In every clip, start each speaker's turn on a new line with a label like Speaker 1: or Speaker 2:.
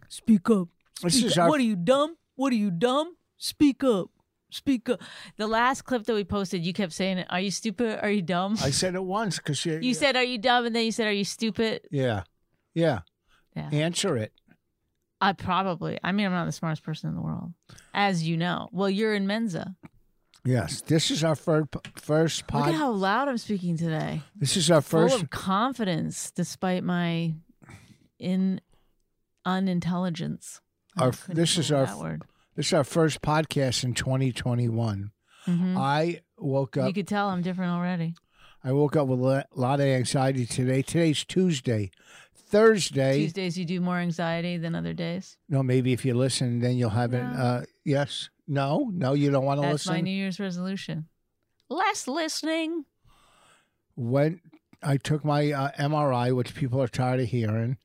Speaker 1: Speak up.
Speaker 2: This
Speaker 1: Speak
Speaker 2: is
Speaker 1: up.
Speaker 2: our-
Speaker 1: What are you dumb? What are you dumb? Speak up. Speak up. The last clip that we posted, you kept saying, "Are you stupid? Are you dumb?"
Speaker 2: I said it once because you.
Speaker 1: you said, "Are you dumb?" and then you said, "Are you stupid?"
Speaker 2: Yeah. Yeah.
Speaker 1: Yeah.
Speaker 2: Answer it.
Speaker 1: I probably. I mean, I'm not the smartest person in the world, as you know. Well, you're in Menza.
Speaker 2: Yes. This is our first first
Speaker 1: Look
Speaker 2: pod.
Speaker 1: at how loud I'm speaking today.
Speaker 2: this is our first.
Speaker 1: Full of confidence, despite my in unintelligence. Oh, I
Speaker 2: Our-
Speaker 1: couldn't
Speaker 2: this is
Speaker 1: believe
Speaker 2: our
Speaker 1: that word.
Speaker 2: This is our first podcast in 2021.
Speaker 1: Mhm.
Speaker 2: I woke
Speaker 1: You
Speaker 2: up.
Speaker 1: could tell I'm different already.
Speaker 2: I woke up with a lot of anxiety today. Today's Tuesday. Thursday.
Speaker 1: Tuesdays you do more anxiety than other days.
Speaker 2: No, maybe if you listen, then you'll have it.
Speaker 1: No.
Speaker 2: Uh, yes. No. No, you don't want to
Speaker 1: That's my
Speaker 2: listen.
Speaker 1: New Year's resolution. Less listening.
Speaker 2: when I took my uh, MRI, which people are tired of hearing,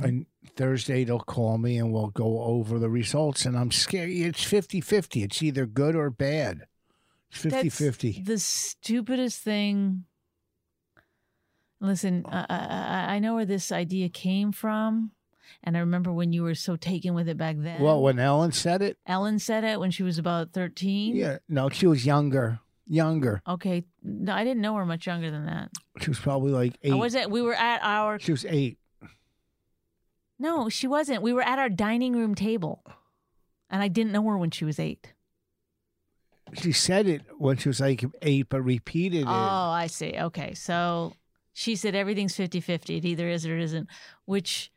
Speaker 2: and Thursday they'll call me and we'll go over the results. And I'm scared. It's 50 50. It's either good or bad. It's 50
Speaker 1: That's
Speaker 2: 50.
Speaker 1: The stupidest thing.
Speaker 2: Oh.
Speaker 1: Listen, I, I, I- I know where this idea came from, and I remember when you were so taken with it back then.
Speaker 2: Well, when Ellen said it,
Speaker 1: Ellen said it when she was about thirteen.
Speaker 2: yeah. No, she was younger. Younger.
Speaker 1: Okay. No, I didn't know her much younger than that.
Speaker 2: She was probably like eight.
Speaker 1: I was at. We were at our.
Speaker 2: She was eight.
Speaker 1: No, she wasn't. We were at our dining room table, and I didn't know her when she was eight.
Speaker 2: She said it when she was like eight, but repeated it.
Speaker 1: Oh, I see. Okay. So she said everything's 50 50. It either is or it isn't, which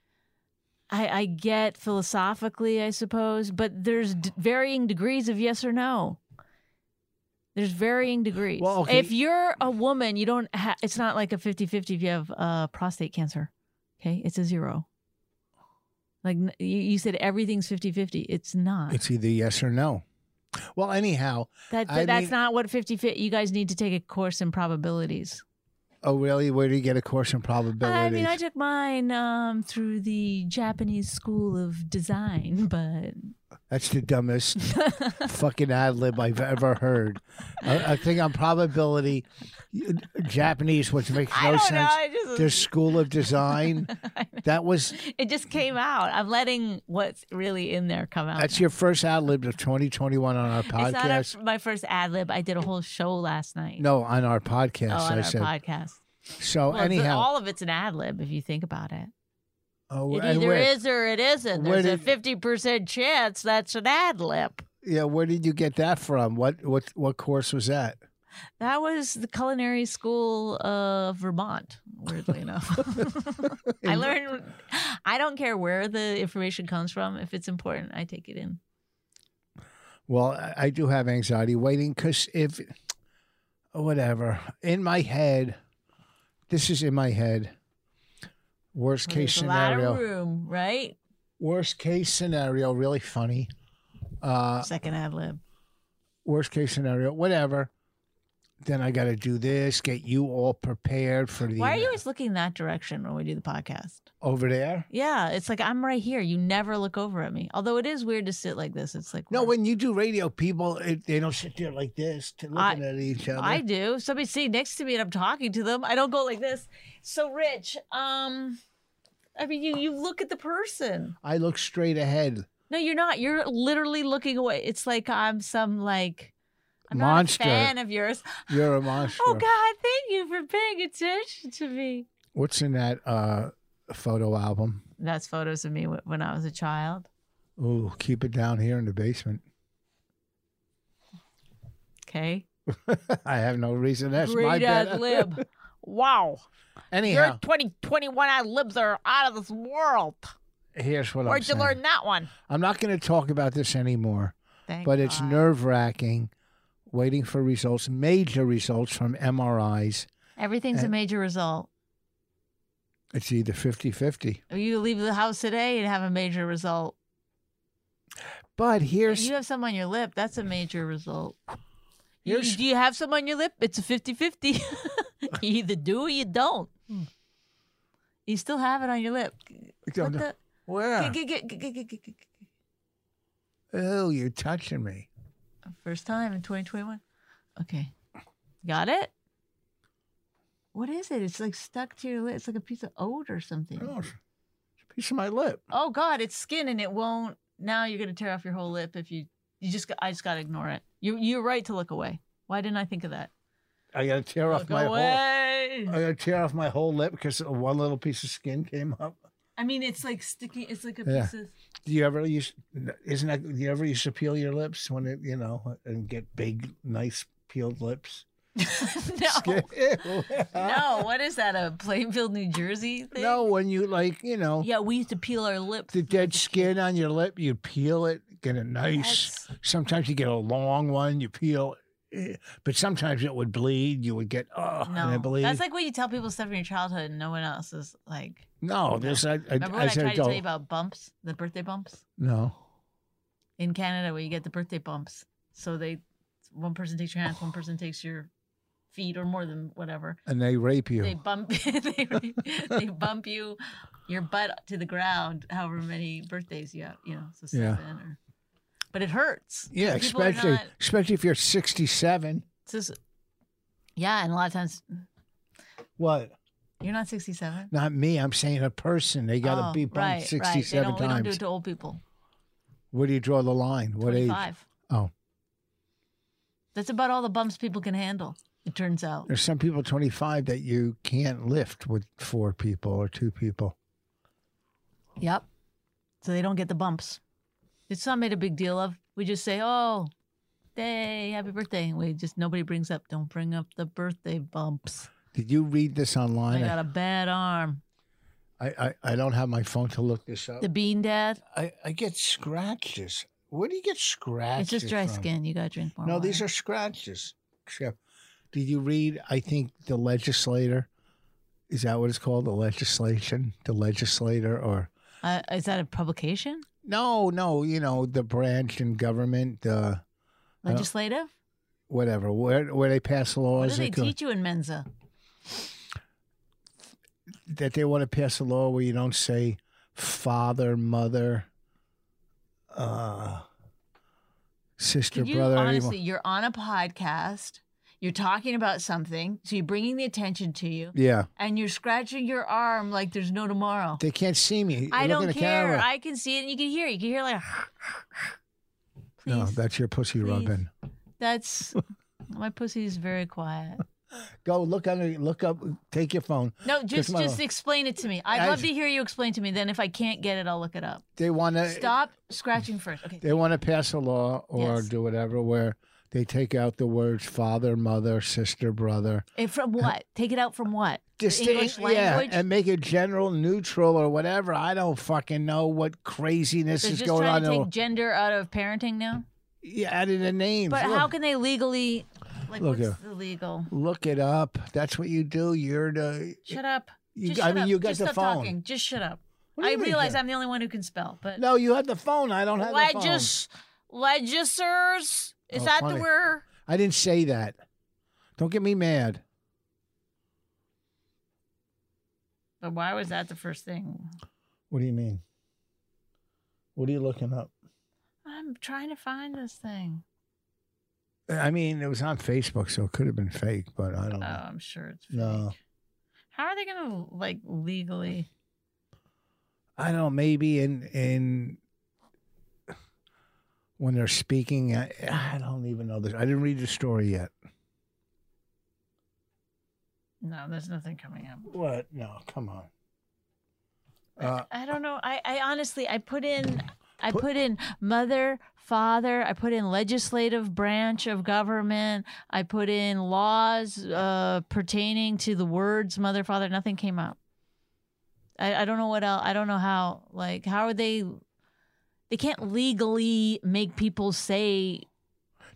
Speaker 1: I, I get philosophically, I suppose, but there's d- varying degrees of yes or no. There's varying degrees.
Speaker 2: Well, okay.
Speaker 1: If you're a woman, you don't ha it's not like a 50 50 if you have uh, prostate cancer. Okay. It's a zero. Like n- you, you said everything's 50 50. It's not.
Speaker 2: It's either yes or no. Well, anyhow,
Speaker 1: that,
Speaker 2: I
Speaker 1: that's
Speaker 2: mean-
Speaker 1: not what 50 50. You guys need to take a course in probabilities.
Speaker 2: oh really? Where do you get a course in probabilities?
Speaker 1: I mean, I took mine um, through the Japanese School of Design, but
Speaker 2: That's the dumbest fucking ad lib I've ever heard. I, I think on probability, Japanese, which makes
Speaker 1: I
Speaker 2: no
Speaker 1: don't know.
Speaker 2: sense.
Speaker 1: I just
Speaker 2: The school of design. that was
Speaker 1: it just came out. I'm letting what's really in there come out.
Speaker 2: that's your first ad lib of 2021 on our
Speaker 1: it's not
Speaker 2: podcast.
Speaker 1: a- my first ad lib. I did a whole show last night.
Speaker 2: no, on our podcast.
Speaker 1: oh, on
Speaker 2: I
Speaker 1: our
Speaker 2: said
Speaker 1: podcast.
Speaker 2: so.
Speaker 1: Well, it's-
Speaker 2: anyhow,
Speaker 1: all of it's an ad lib if you think about it.
Speaker 2: oh,
Speaker 1: It
Speaker 2: and
Speaker 1: either
Speaker 2: where-
Speaker 1: is or it isn't.
Speaker 2: where
Speaker 1: There's a
Speaker 2: did-
Speaker 1: fifty percent chance that's an ad lib.
Speaker 2: yeah, where did you get that from? What what what course was that?
Speaker 1: That was the culinary school of Vermont, weirdly enough. I learned I don't care where the information comes from. If it's important, I take it in.
Speaker 2: Well, I- I do have anxiety waiting because if, whatever, in my head, this is in my head. Worst case
Speaker 1: There's a lot of
Speaker 2: scenario.
Speaker 1: room, right?
Speaker 2: Worst case scenario, really funny. Uh,
Speaker 1: Second ad lib.
Speaker 2: worst case scenario, whatever. Then I got to do this, get you all prepared for the uh,
Speaker 1: Why are you always looking that direction when we do the podcast?
Speaker 2: over there.
Speaker 1: Yeah, it's like I'm right here. You never look over at me. Although it is weird to sit like this. It's like
Speaker 2: No,
Speaker 1: we're-
Speaker 2: when you do radio, people it, they don't sit there like this, to looking
Speaker 1: I-
Speaker 2: at each other.
Speaker 1: I do. Somebody sitting next to me and I'm talking to them. I don't go like this. So, Rich, um, I mean, you you look at the person.
Speaker 2: I look straight ahead.
Speaker 1: No, you're not. You're literally looking away. It's like I'm some like I'm
Speaker 2: Monster.
Speaker 1: not a fan of yours.
Speaker 2: You're a monster.
Speaker 1: Oh God, thank you for paying attention to me.
Speaker 2: What's in that uh, photo album?
Speaker 1: That's photos of me wh- when I was a child.
Speaker 2: Ooh, keep it down here in the basement.
Speaker 1: Okay,
Speaker 2: I have no reason. That's my
Speaker 1: great
Speaker 2: bad.
Speaker 1: ad lib. Wow,
Speaker 2: Anyhow,
Speaker 1: your 2021 ad libs are out of this world.
Speaker 2: here's what I'm
Speaker 1: Where'd you
Speaker 2: saying.
Speaker 1: learn that one?
Speaker 2: I'm not going to talk about this anymore,
Speaker 1: Thank
Speaker 2: but it's
Speaker 1: God.
Speaker 2: nerve wracking waiting for results, major results from MRIs.
Speaker 1: Everything's a
Speaker 2: and-
Speaker 1: major result.
Speaker 2: It's either 50 50.
Speaker 1: You leave the house today and have a major result.
Speaker 2: But here's
Speaker 1: You have some on your lip. That's a major result. You-
Speaker 2: Here's-
Speaker 1: do you have some on your lip? It's a 50 50. you either do or you don't.
Speaker 2: Hmm.
Speaker 1: You still have it on your lip. What the?
Speaker 2: where?
Speaker 1: G- g- g- g- g- g- g- g-
Speaker 2: Oh, you're touching me.
Speaker 1: First time in 2021. Okay. Got it? What is it? It's like stuck to your lip. It's like a piece of oat or something.
Speaker 2: Oh, it's a piece of my lip.
Speaker 1: oh god it's skin and it won't now you're gonna tear off your whole lip if you you just i just gotta ignore it you, you're right to look away why didn't i think of that
Speaker 2: I got to tear off
Speaker 1: look
Speaker 2: my whole.
Speaker 1: away
Speaker 2: I got to tear off my whole lip because one little piece of skin came up.
Speaker 1: i mean it's like sticky it's like a
Speaker 2: Yeah.
Speaker 1: piece of
Speaker 2: Do you ever use? Isn't that? Do you ever used to peel your lips when it, you know, and get big, nice peeled lips?
Speaker 1: no
Speaker 2: Ew.
Speaker 1: no what is that a plainfield new jersey thing
Speaker 2: No, when you like, you know,
Speaker 1: yeah we used to peel our lips
Speaker 2: the dead skin on your lip, you peel it, get a nice.
Speaker 1: That's-
Speaker 2: Sometimes you get a long one, you peel, eh, but sometimes it would bleed. You would get oh, and
Speaker 1: no
Speaker 2: it bleed.
Speaker 1: that's like when you tell people stuff from your childhood and no one else is like
Speaker 2: no, this I, I,
Speaker 1: remember when i
Speaker 2: as an
Speaker 1: tried to tell
Speaker 2: adult.
Speaker 1: you about bumps the birthday bumps
Speaker 2: no,
Speaker 1: in Canada where you get the birthday bumps. So they, one person takes your hands, one person takes your feet or more than whatever.
Speaker 2: and they rape you.
Speaker 1: They bump, they, they bump you, your butt to the ground. However many birthdays you have, you know, so
Speaker 2: Yeah.
Speaker 1: seven or. But it hurts.
Speaker 2: yeah,
Speaker 1: People are
Speaker 2: especially
Speaker 1: not-
Speaker 2: especially if you're 67.
Speaker 1: it's just, yeah, and a lot of times
Speaker 2: What?
Speaker 1: you're not 67.
Speaker 2: Not me. I'm saying a person. They got to
Speaker 1: Oh,
Speaker 2: be bumped
Speaker 1: right, right. They
Speaker 2: 67
Speaker 1: don't- We
Speaker 2: times.
Speaker 1: don't do it to old people.
Speaker 2: Where do you draw the line? What age?
Speaker 1: 25.
Speaker 2: Oh,
Speaker 1: That's about all the bumps people can handle. It turns out.
Speaker 2: there's some people 25 that you can't lift with four people or two people.
Speaker 1: Yep. So they don't get the bumps. It's not made a big deal of. We just say, "Oh, day, happy birthday." And we just nobody brings up. Don't bring up the birthday bumps.
Speaker 2: Did you read this
Speaker 1: I
Speaker 2: online?
Speaker 1: got a bad arm.
Speaker 2: I, I, I don't have my phone to look this up.
Speaker 1: The bean dad.
Speaker 2: I, I get scratches. Where do you get
Speaker 1: It's
Speaker 2: scratches?
Speaker 1: just dry
Speaker 2: from?
Speaker 1: skin. You gotta drink more.
Speaker 2: No, these are
Speaker 1: water.
Speaker 2: scratches. Except, did you read? I think the legislator. Is that what it's called? The legislation? The legislator or
Speaker 1: Uh, is that a publication?
Speaker 2: no, no, you know, the branch in government, uh, Uh,
Speaker 1: Legislative?
Speaker 2: whatever, where where they pass
Speaker 1: what
Speaker 2: laws
Speaker 1: do they
Speaker 2: that, go-
Speaker 1: teach you in Mensa?
Speaker 2: that they want to pass a law where you don't say father, mother, uh, sister,
Speaker 1: Could you
Speaker 2: brother, anyone.
Speaker 1: honestly? You're on a podcast. You're talking about something, so you're bringing the attention to you,
Speaker 2: Yeah,
Speaker 1: and you're scratching your arm like there's no tomorrow.
Speaker 2: they can't see me.
Speaker 1: I
Speaker 2: Look at
Speaker 1: don't
Speaker 2: the
Speaker 1: care.
Speaker 2: camera.
Speaker 1: I can see it and you can hear it. You can hear like please.
Speaker 2: No, that's your pussy
Speaker 1: please.
Speaker 2: rubbing.
Speaker 1: that's my pussy's very quiet.
Speaker 2: Go look on the look up. Take your phone.
Speaker 1: No, just
Speaker 2: my
Speaker 1: just
Speaker 2: mouth.
Speaker 1: explain it to me. I'd
Speaker 2: I-
Speaker 1: love to hear you explain to me. Then if I can't get it, I'll look it up.
Speaker 2: They want to
Speaker 1: Stop scratching first. Okay.
Speaker 2: They want to pass a law or
Speaker 1: Yes.
Speaker 2: do whatever where they take out the words father, mother, sister, brother.
Speaker 1: And from what? Take it out from what? The English
Speaker 2: Distinct- yeah,
Speaker 1: language.
Speaker 2: and make it general, neutral, or whatever. I don't fucking know what craziness
Speaker 1: They're
Speaker 2: is
Speaker 1: just
Speaker 2: going
Speaker 1: trying
Speaker 2: on.
Speaker 1: to
Speaker 2: in the-
Speaker 1: take gender out of parenting now.
Speaker 2: yeah, added a name.
Speaker 1: But
Speaker 2: look,
Speaker 1: how can they legally? Like,
Speaker 2: Look
Speaker 1: what's
Speaker 2: here.
Speaker 1: the legal?
Speaker 2: look it up? That's what you do. You're the.
Speaker 1: Shut up.
Speaker 2: You,
Speaker 1: just
Speaker 2: I
Speaker 1: shut
Speaker 2: mean,
Speaker 1: up.
Speaker 2: you got
Speaker 1: just
Speaker 2: the
Speaker 1: stop
Speaker 2: phone.
Speaker 1: talking. Just shut up.
Speaker 2: What do
Speaker 1: I
Speaker 2: you mean,
Speaker 1: realize
Speaker 2: shut-
Speaker 1: I'm the only one who can spell, but
Speaker 2: No, you have the phone. I don't have the phone.
Speaker 1: Legis, legisers. Is
Speaker 2: Oh,
Speaker 1: that
Speaker 2: funny.
Speaker 1: the word?
Speaker 2: I didn't say that. Don't get me mad.
Speaker 1: But why was that the first thing?
Speaker 2: What do you mean? What are you looking up?
Speaker 1: I'm trying to find this thing.
Speaker 2: I mean, it was on Facebook, so it could have been fake, but I don't
Speaker 1: Oh,
Speaker 2: know.
Speaker 1: I'm sure it's fake.
Speaker 2: No.
Speaker 1: How are they going to like legally?
Speaker 2: I don't know, maybe in in when they're speaking, I, I don't even know this. I didn't read the story yet.
Speaker 1: No, there's nothing coming up.
Speaker 2: What? No, come on. Uh,
Speaker 1: I don't know. I, I honestly, I put in, I put in mother, father. I put in legislative branch of government. I put in laws uh, pertaining to the words mother, father. Nothing came up. I, I don't know what else. I don't know how. Like, how are they? They can't legally make people say.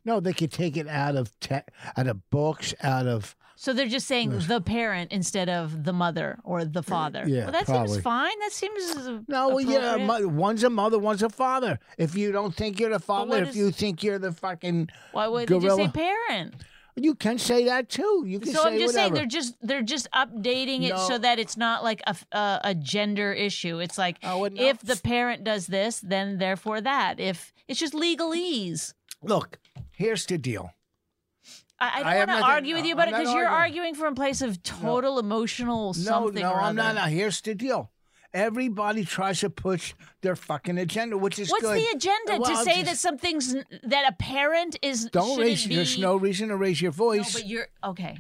Speaker 2: no, they could take it out of te- out of books, out of
Speaker 1: So they're just saying the parent instead of the mother or the father.
Speaker 2: yeah,
Speaker 1: well, that
Speaker 2: probably.
Speaker 1: seems fine. That seems
Speaker 2: no. Well, yeah,
Speaker 1: appropriate.
Speaker 2: mo- one's a mother, one's a father. If you don't think you're the
Speaker 1: what
Speaker 2: father, if
Speaker 1: is-
Speaker 2: you think you're the fucking,
Speaker 1: Why would they just say
Speaker 2: Gorilla.
Speaker 1: parent?
Speaker 2: you can say that too. You can
Speaker 1: So
Speaker 2: say
Speaker 1: I'm just saying
Speaker 2: whatever.
Speaker 1: they're just they're just updating it
Speaker 2: No.
Speaker 1: so that it's not like a a, a gender issue. It's like
Speaker 2: I wouldn't know.
Speaker 1: if the parent does this, then therefore that. If it's just legalese.
Speaker 2: Look, here's the deal.
Speaker 1: I, I
Speaker 2: I have
Speaker 1: don't want to
Speaker 2: nothing-
Speaker 1: argue with you
Speaker 2: I'm
Speaker 1: about it
Speaker 2: not
Speaker 1: because you're
Speaker 2: arguing.
Speaker 1: arguing from a place of total emotional
Speaker 2: No,
Speaker 1: something.
Speaker 2: no,
Speaker 1: or
Speaker 2: I'm
Speaker 1: other.
Speaker 2: not. Here's the deal. Everybody tries to push their fucking agenda, which is
Speaker 1: What's
Speaker 2: good.
Speaker 1: the agenda
Speaker 2: Well,
Speaker 1: to
Speaker 2: I'm
Speaker 1: say
Speaker 2: just-
Speaker 1: that something's that a parent is
Speaker 2: Don't
Speaker 1: shouldn't
Speaker 2: raise.
Speaker 1: Be,
Speaker 2: There's no reason to raise your
Speaker 1: No,
Speaker 2: voice.
Speaker 1: but you're okay.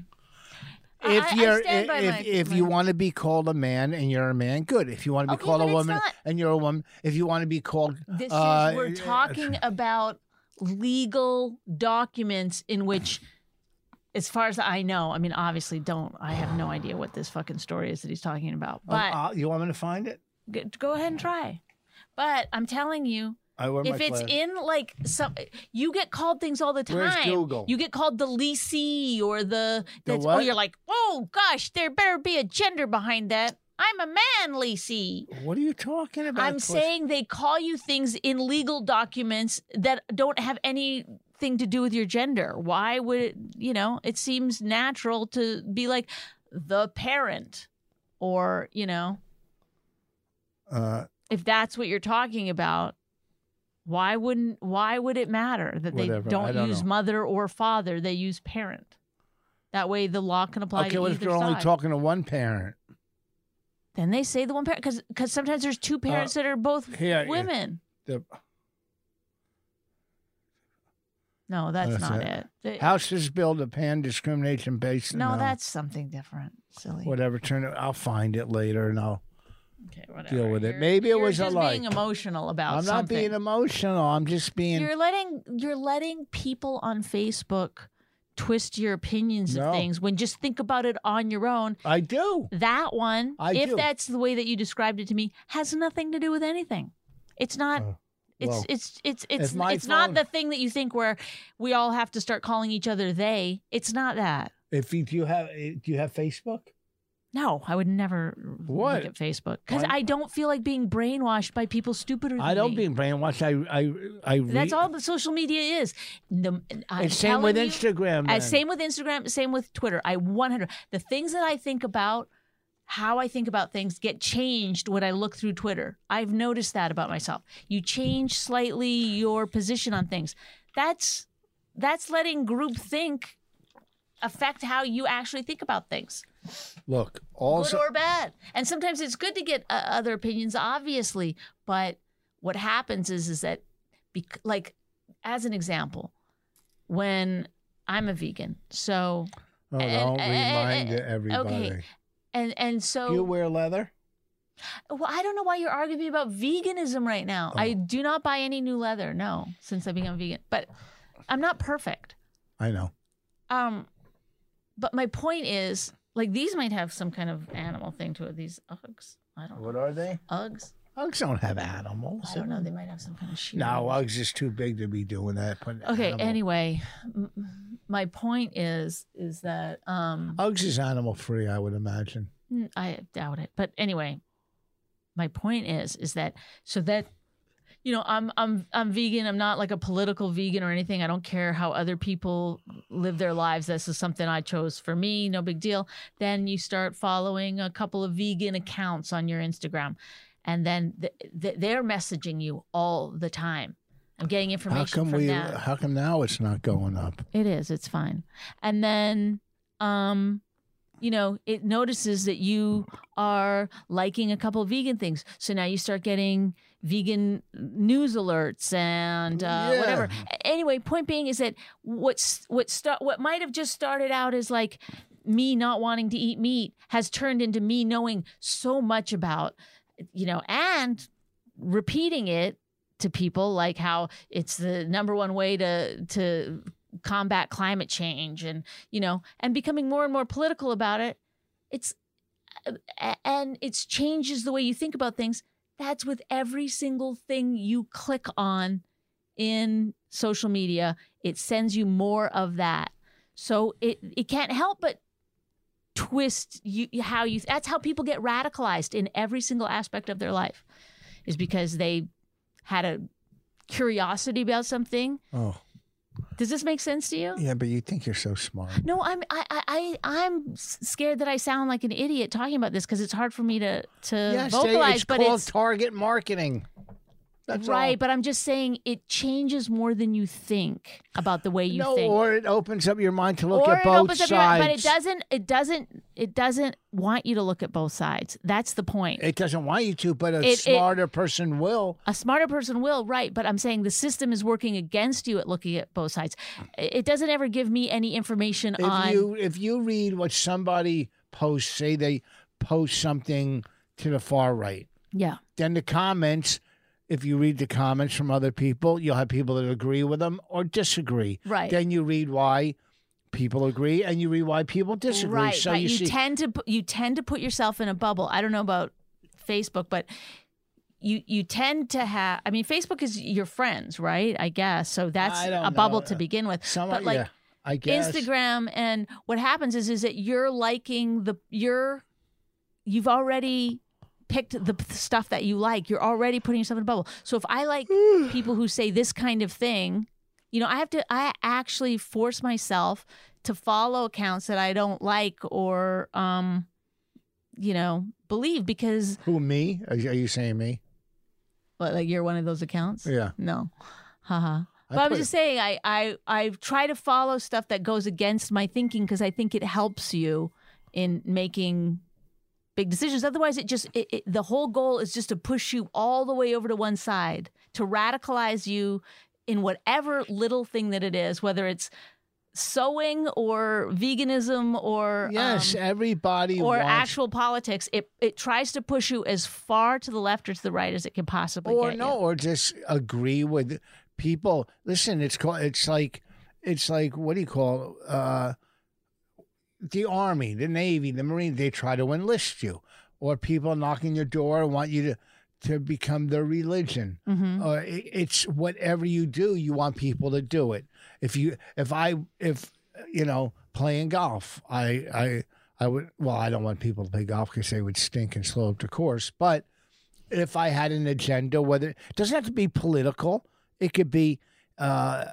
Speaker 1: I-
Speaker 2: if
Speaker 1: I- I
Speaker 2: you're
Speaker 1: stand by
Speaker 2: if,
Speaker 1: my-
Speaker 2: if
Speaker 1: my-
Speaker 2: you want to be called a man and you're a man, good. If you want to be
Speaker 1: Okay,
Speaker 2: called a
Speaker 1: but it's
Speaker 2: woman
Speaker 1: not-
Speaker 2: and you're a woman, if you want to be called
Speaker 1: This
Speaker 2: uh,
Speaker 1: is we're talking about legal documents in which as far as I know, I mean obviously don't I have no idea what this fucking story is that he's talking about.
Speaker 2: Um,
Speaker 1: But
Speaker 2: uh, you want me to find it?
Speaker 1: g- go ahead and try. But I'm telling you,
Speaker 2: I wear
Speaker 1: if
Speaker 2: my
Speaker 1: it's
Speaker 2: glasses.
Speaker 1: in like some, you get called things all the time.
Speaker 2: Where's Google?
Speaker 1: You get called the leasee or the. That's, Oh,
Speaker 2: what?
Speaker 1: you're like, oh gosh, there better be a gender behind that. I'm a man leasee.
Speaker 2: what are you talking about?
Speaker 1: I'm
Speaker 2: Cliff?
Speaker 1: saying they call you things in legal documents that don't have anything to do with your gender. Why would it, you know? It seems natural to be like the parent, or you know,
Speaker 2: Uh,
Speaker 1: if that's what you're talking about. Why wouldn't? Why would it matter that they
Speaker 2: Whatever, I
Speaker 1: don't,
Speaker 2: don't
Speaker 1: use
Speaker 2: know.
Speaker 1: mother or father? They use parent. That way, the law can apply
Speaker 2: okay,
Speaker 1: to
Speaker 2: what
Speaker 1: either
Speaker 2: if they're
Speaker 1: side.
Speaker 2: only talking to one parent?
Speaker 1: then they say the one parent because sometimes there's two parents that are both
Speaker 2: here, Uh, yeah.
Speaker 1: women.
Speaker 2: The
Speaker 1: No, that's
Speaker 2: That's
Speaker 1: not
Speaker 2: it.
Speaker 1: it. They-
Speaker 2: House is built upon discrimination based.
Speaker 1: no, that's something different. Silly.
Speaker 2: whatever. Turn it. I'll find it later, and I'll.
Speaker 1: okay, whatever.
Speaker 2: deal with it.
Speaker 1: You're-
Speaker 2: Maybe it
Speaker 1: you're
Speaker 2: was a
Speaker 1: just
Speaker 2: like.
Speaker 1: being emotional about
Speaker 2: I'm not
Speaker 1: something.
Speaker 2: being emotional. I'm just being.
Speaker 1: you're letting you're letting people on Facebook twist your opinions
Speaker 2: No.
Speaker 1: of things when just think about it on your own.
Speaker 2: I do.
Speaker 1: That one,
Speaker 2: I
Speaker 1: if
Speaker 2: do.
Speaker 1: that's the way that you described it to me, has nothing to do with anything. It's not.
Speaker 2: Oh,
Speaker 1: it's,
Speaker 2: well.
Speaker 1: it's it's it's
Speaker 2: If my
Speaker 1: it's not
Speaker 2: phone-
Speaker 1: the thing that you think where we all have to start calling each other they. It's not that.
Speaker 2: If you do you have eh, do you have Facebook?
Speaker 1: No, I would never
Speaker 2: What?
Speaker 1: look at Facebook because
Speaker 2: Why-
Speaker 1: I don't feel like being brainwashed by people stupider than
Speaker 2: I don't
Speaker 1: me.
Speaker 2: being brainwashed. I I I. Re-
Speaker 1: That's all the social media is. The, I'm
Speaker 2: It's same with
Speaker 1: telling you-
Speaker 2: Instagram.
Speaker 1: uh,
Speaker 2: then.
Speaker 1: same with Instagram. Same with Twitter. I 100 the things that I think about, how I think about things, get changed when I look through Twitter. I've noticed that about myself. You change slightly your position on things. That's that's letting groupthink affect how you actually think about things.
Speaker 2: Look, all
Speaker 1: good or bad. And sometimes it's good to get uh, other opinions, obviously. But what happens is, is that, bec- like, as an example, when I'm a vegan, so
Speaker 2: oh,
Speaker 1: and-
Speaker 2: don't
Speaker 1: and-
Speaker 2: remind
Speaker 1: and-
Speaker 2: everybody.
Speaker 1: and and eh, so,
Speaker 2: Do you wear leather?
Speaker 1: well, I don't know why you're arguing with me about veganism right now. I do not buy any new leather, no, since I became vegan. But I'm not perfect.
Speaker 2: I know.
Speaker 1: Um, but my point is, like, these might have some kind of animal thing to it. These Uggs, I don't know.
Speaker 2: What are they?
Speaker 1: Uggs.
Speaker 2: Uggs don't have animals.
Speaker 1: I don't know. They might have some kind of sheep.
Speaker 2: No, Uggs is too big to be doing that. putting
Speaker 1: Okay.
Speaker 2: animal-
Speaker 1: Anyway, m- my point is is that um
Speaker 2: Uggs is animal free, I would imagine.
Speaker 1: n- I doubt it. But anyway, my point is is that so that you know I'm I'm I'm vegan. I'm not like a political vegan or anything. I don't care how other people live their lives. This is something I chose for me. No big deal. Then you start following a couple of vegan accounts on your Instagram, and then th- th- they're messaging you all the time. I'm getting information
Speaker 2: How come
Speaker 1: from
Speaker 2: we?
Speaker 1: them.
Speaker 2: How come now it's not going up?
Speaker 1: It is. It's fine. And then, um, you know, it notices that you are liking a couple vegan things. So now you start getting vegan news alerts and uh,
Speaker 2: Yeah.
Speaker 1: whatever. A- Anyway, point being is that what's what start what might have just started out as like me not wanting to eat meat has turned into me knowing so much about you know and repeating it to people like how it's the number one way to to combat climate change and you know and becoming more and more political about it it's uh, a- and it's changes the way you think about things that's with every single thing you click on in social media it sends you more of that so it it can't help but twist you how you that's how people get radicalized in every single aspect of their life is because they had a curiosity about something
Speaker 2: Oh,
Speaker 1: does this make sense to you
Speaker 2: yeah, but you think you're so smart.
Speaker 1: no, I'm I, I- I I'm s- scared that I sound like an idiot talking about this because it's hard for me to to
Speaker 2: yes, they-
Speaker 1: vocalize.
Speaker 2: it's
Speaker 1: but
Speaker 2: called
Speaker 1: it's
Speaker 2: target marketing. That's all.
Speaker 1: right. But I'm just saying it changes more than you think about the way you
Speaker 2: no,
Speaker 1: think.
Speaker 2: or it opens up your mind to look
Speaker 1: Or
Speaker 2: at both sides.
Speaker 1: your but it doesn't. It doesn't. It doesn't want you to look at both sides. That's the point.
Speaker 2: It doesn't want you to, but a
Speaker 1: It- it-
Speaker 2: smarter person will.
Speaker 1: a smarter person will, right? But I'm saying the system is working against you at looking at both sides. It doesn't ever give me any information
Speaker 2: If
Speaker 1: on.
Speaker 2: you if you read what somebody posts, say they post something to the far right,
Speaker 1: yeah.
Speaker 2: then the comments. If you read the comments from other people, you'll have people that agree with them or disagree.
Speaker 1: Right.
Speaker 2: Then you read why people agree and you read why people disagree.
Speaker 1: Right,
Speaker 2: so
Speaker 1: right.
Speaker 2: you,
Speaker 1: You,
Speaker 2: see,
Speaker 1: tend to pu- you tend to put yourself in a bubble. I don't know about Facebook, but you you tend to have. I mean, Facebook is your friends, right? I guess so. That's
Speaker 2: I
Speaker 1: a
Speaker 2: don't
Speaker 1: bubble
Speaker 2: know.
Speaker 1: to begin with.
Speaker 2: some,
Speaker 1: but like
Speaker 2: yeah, I guess
Speaker 1: Instagram, and what happens is is that you're liking the you're you've already picked the p- stuff that you like. You're already putting yourself in a bubble. So if I like people who say this kind of thing, you know, I have to I actually force myself to follow accounts that I don't like or um you know, believe because
Speaker 2: who me? Are you are you saying me?
Speaker 1: what, like you're one of those accounts?
Speaker 2: Yeah.
Speaker 1: No. Haha.
Speaker 2: I
Speaker 1: But I
Speaker 2: put-
Speaker 1: was just saying, I, I I try to follow stuff that goes against my thinking because I think it helps you in making big decisions. Otherwise, it just it, it, the whole goal is just to push you all the way over to one side to radicalize you in whatever little thing that it is, whether it's sewing or veganism or
Speaker 2: Yes,
Speaker 1: um,
Speaker 2: everybody
Speaker 1: or
Speaker 2: wants
Speaker 1: actual politics. It it tries to push you as far to the left or to the right as it can possibly.
Speaker 2: or
Speaker 1: get
Speaker 2: no,
Speaker 1: you.
Speaker 2: or just agree with people. Listen, it's called. It's like it's like what do you call uh, the army, the navy, the marine? They try to enlist you, or people knocking your door want you to to become their religion.
Speaker 1: Mhm.
Speaker 2: Or Uh, it, it's whatever you do, you want people to do it. If you, if I, if you know, playing golf, I, I. I would well. I don't want people to play golf because they would stink and slow up the course. But if I had an agenda, whether it doesn't have to be political, it could be uh,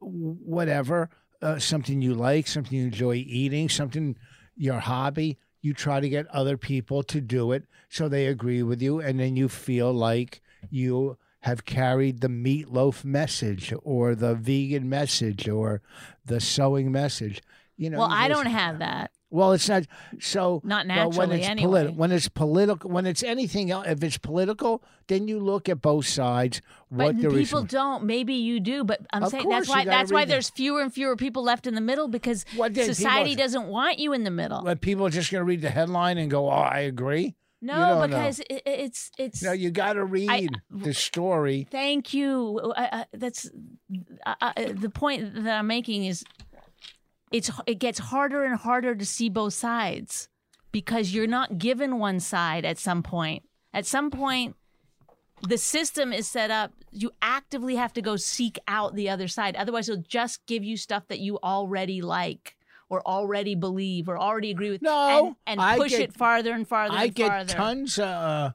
Speaker 2: w- whatever, uh, something you like, something you enjoy eating, something your hobby. You try to get other people to do it so they agree with you, and then you feel like you have carried the meatloaf message or the vegan message or the sewing message. You know,
Speaker 1: Well,
Speaker 2: you
Speaker 1: I
Speaker 2: just-
Speaker 1: don't have that.
Speaker 2: well, it's not so.
Speaker 1: Not
Speaker 2: but when
Speaker 1: naturally,
Speaker 2: it's
Speaker 1: anyway.
Speaker 2: Politi- when it's political, when it's anything else, if it's political, then you look at both sides. What
Speaker 1: but
Speaker 2: the
Speaker 1: people
Speaker 2: reason?
Speaker 1: don't. Maybe you do, but I'm
Speaker 2: Of
Speaker 1: saying that's
Speaker 2: course you
Speaker 1: why
Speaker 2: gotta
Speaker 1: that's why
Speaker 2: read it.
Speaker 1: there's fewer and fewer people left in the middle because
Speaker 2: What did people-
Speaker 1: society doesn't want you in the middle.
Speaker 2: Let people are just going to read the headline and go, "Oh, I agree."
Speaker 1: no,
Speaker 2: don't know.
Speaker 1: because i- i- it's it's.
Speaker 2: No, you got to read
Speaker 1: uh,
Speaker 2: the story.
Speaker 1: Thank you. I, I, that's I, I, the point that I'm making is it's it gets harder and harder to see both sides because you're not given one side at some point. At some point the system is set up you actively have to go seek out the other side otherwise it'll just give you stuff that you already like or already believe or already agree with
Speaker 2: No,
Speaker 1: and,
Speaker 2: I
Speaker 1: and push
Speaker 2: get-
Speaker 1: it farther and farther
Speaker 2: I
Speaker 1: and
Speaker 2: get
Speaker 1: farther
Speaker 2: tons of uh,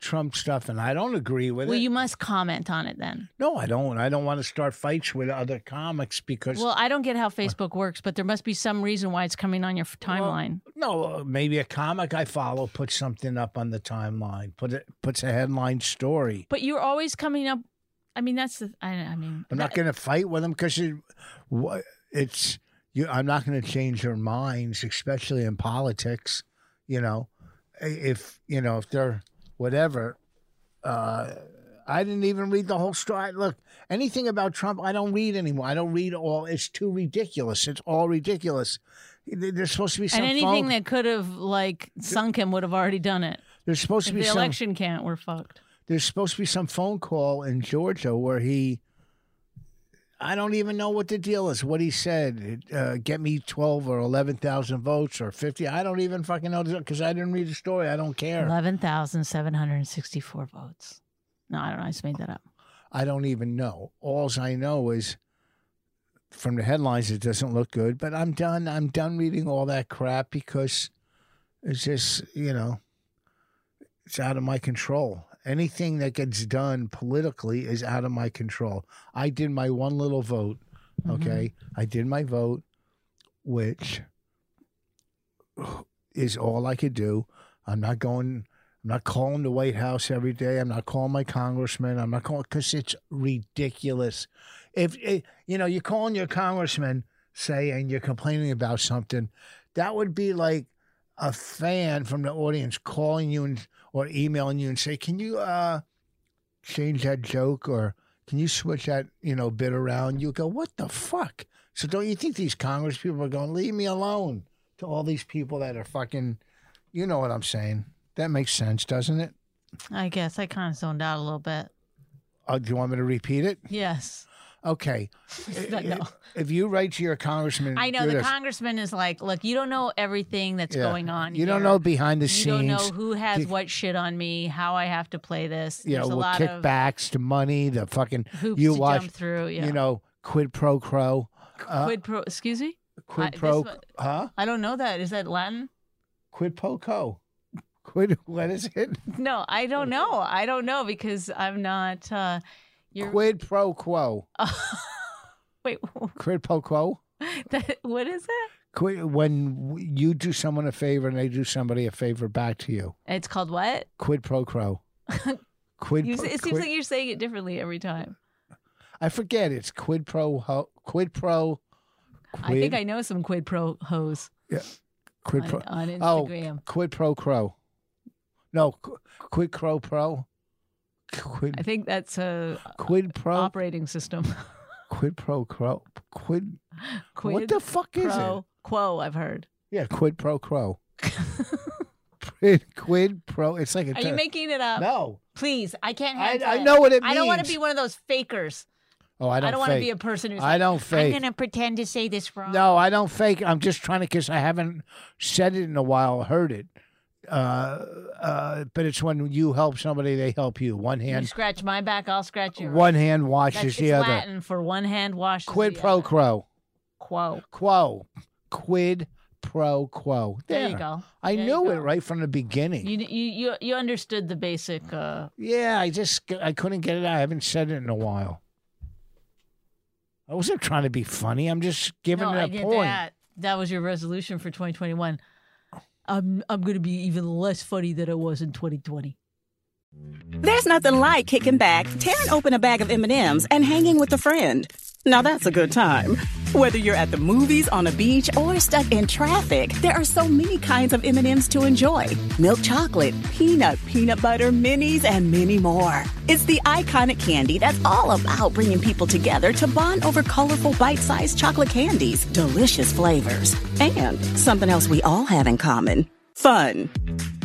Speaker 2: Trump stuff, and I don't agree with
Speaker 1: well
Speaker 2: it.
Speaker 1: you must comment on it then
Speaker 2: no, I don't. I don't want to start fights with other comics because
Speaker 1: Well, I don't get how Facebook works, but there must be some reason why it's coming on your f- timeline.
Speaker 2: no, maybe a comic I follow puts something up on the timeline, put it puts a headline story.
Speaker 1: but you're always coming up. I mean, that's the. I, I mean,
Speaker 2: I'm not
Speaker 1: that-
Speaker 2: going to fight with them because it, wha- it's you, I'm not going to change your minds, especially in politics. You know, I- if you know if they're whatever. Uh, I didn't even read the whole story. Look, anything about Trump, I don't read anymore. I don't read all. It's too ridiculous. It's all ridiculous. There- There's supposed to be some
Speaker 1: and anything
Speaker 2: phone-
Speaker 1: that could have like sunk him would have already done it.
Speaker 2: there's supposed
Speaker 1: If
Speaker 2: to be
Speaker 1: the
Speaker 2: some
Speaker 1: election can't, we're fucked.
Speaker 2: there's supposed to be some phone call in Georgia where he, I don't even know what the deal is. What he said, uh, get me twelve or eleven thousand votes or fifty. I don't even fucking know because I didn't read the story. I don't care.
Speaker 1: Eleven thousand seven hundred sixty-four votes. No, I don't know. I just made that up.
Speaker 2: I don't even know. All I know is from the headlines it doesn't look good. But I'm done. I'm done reading all that crap because it's just you know it's out of my control. Anything that gets done politically is out of my control. I did my one little vote.
Speaker 1: Mm-hmm.
Speaker 2: Okay, I did my vote, which is all I could do. I'm not going. I'm not calling the White House every day. I'm not calling my congressman. I'm not calling because it's ridiculous. If it, you know, you're calling your congressman, say, and you're complaining about something, that would be like a fan from the audience calling you and or emailing you and say, "Can you uh, change that joke or can you switch that you know bit around?" You go, "What the fuck?" So don't you think these Congress people are going, "Leave me alone"? To all these people that are fucking, you know what I'm saying. That makes sense, doesn't it?
Speaker 1: Mm-hmm. I guess I kind of zoned out a little bit.
Speaker 2: Uh, do you want me to repeat it?
Speaker 1: Yes.
Speaker 2: Okay.
Speaker 1: No, no.
Speaker 2: If you write to your congressman,
Speaker 1: I know
Speaker 2: do
Speaker 1: the
Speaker 2: this.
Speaker 1: congressman is like, look, you don't know everything that's
Speaker 2: Yeah.
Speaker 1: going on.
Speaker 2: You don't
Speaker 1: here.
Speaker 2: know behind the
Speaker 1: You
Speaker 2: scenes.
Speaker 1: don't know who has
Speaker 2: Kick-
Speaker 1: what shit on me, how I have to play this.
Speaker 2: you know,
Speaker 1: There's a
Speaker 2: with
Speaker 1: lot of
Speaker 2: kickbacks, the money, the fucking
Speaker 1: hoops
Speaker 2: you
Speaker 1: to
Speaker 2: watch,
Speaker 1: jump through. Yeah.
Speaker 2: you know, quid pro quo, uh,
Speaker 1: quid pro. Excuse me. I-
Speaker 2: quid
Speaker 1: this
Speaker 2: pro,
Speaker 1: one-
Speaker 2: huh?
Speaker 1: I don't know that. Is that Latin?
Speaker 2: Quid pro quo. Quid. What is it?
Speaker 1: No, I don't know. I don't know because I'm not. Uh, you're.
Speaker 2: Quid pro quo.
Speaker 1: Wait,
Speaker 2: Quid pro quo.
Speaker 1: that, what is it?
Speaker 2: Quid, when w- you do someone a favor and they do somebody a favor back to you.
Speaker 1: It's called what?
Speaker 2: Quid pro quo. Quid.
Speaker 1: You,
Speaker 2: pro-
Speaker 1: say- it
Speaker 2: quid-
Speaker 1: seems like you're saying it differently every time.
Speaker 2: I forget. It's quid pro ho, quid pro. Quid,
Speaker 1: I think I know some quid pro hoes
Speaker 2: quid
Speaker 1: on,
Speaker 2: pro.
Speaker 1: on
Speaker 2: Oh,
Speaker 1: Instagram.
Speaker 2: quid pro crow. No, qu- quid pro pro. Quid
Speaker 1: I think that's a
Speaker 2: quid
Speaker 1: uh,
Speaker 2: pro
Speaker 1: operating system.
Speaker 2: quid pro crow. Quid,
Speaker 1: Quid
Speaker 2: What the fuck is
Speaker 1: pro
Speaker 2: it?
Speaker 1: quo. I've heard.
Speaker 2: Yeah, quid pro crow. quid, quid pro. It's like a.
Speaker 1: Are you
Speaker 2: ter-
Speaker 1: making it up?
Speaker 2: no?
Speaker 1: Please, I can't
Speaker 2: I,
Speaker 1: handle
Speaker 2: I
Speaker 1: it.
Speaker 2: know what it
Speaker 1: uh,
Speaker 2: means.
Speaker 1: I don't want to be one of those fakers.
Speaker 2: Oh, I
Speaker 1: I
Speaker 2: don't.
Speaker 1: don't, want to
Speaker 2: fake.
Speaker 1: be a person who's.
Speaker 2: I
Speaker 1: like,
Speaker 2: don't fake.
Speaker 1: I'm gonna pretend to say this wrong.
Speaker 2: No, I don't fake. I'm just trying to because I haven't said it in a while, heard it. Uh, uh, but it's when you help somebody, they help you. One
Speaker 1: you
Speaker 2: hand,
Speaker 1: scratch my back, I'll scratch yours.
Speaker 2: one hand
Speaker 1: That's
Speaker 2: washes
Speaker 1: it's
Speaker 2: the other.
Speaker 1: Latin uh, for one hand wash.
Speaker 2: Quid
Speaker 1: the
Speaker 2: pro
Speaker 1: other.
Speaker 2: quo.
Speaker 1: quo.
Speaker 2: quo. Quid pro quo. There,
Speaker 1: There, you go.
Speaker 2: I
Speaker 1: There you
Speaker 2: knew it
Speaker 1: go.
Speaker 2: right from the beginning.
Speaker 1: You you you, you understood the basic. Uh,
Speaker 2: yeah, I just I couldn't get it out. I haven't said it in a while. I wasn't trying to be funny. I'm just giving
Speaker 1: no,
Speaker 2: it a
Speaker 1: I did
Speaker 2: point.
Speaker 1: that. That was your resolution for 2021. I'm I'm gonna be even less funny than I was in 2020.
Speaker 3: There's nothing like kicking back, tearing open a bag of M&Ms and hanging with a friend. Now that's a good time. Whether you're at the movies, on a beach, or stuck in traffic, there are so many kinds of M&Ms to enjoy. Milk chocolate, peanut, peanut butter, minis, and many more. It's the iconic candy that's all about bringing people together to bond over colorful bite-sized chocolate candies, delicious flavors, and something else we all have in common. Fun.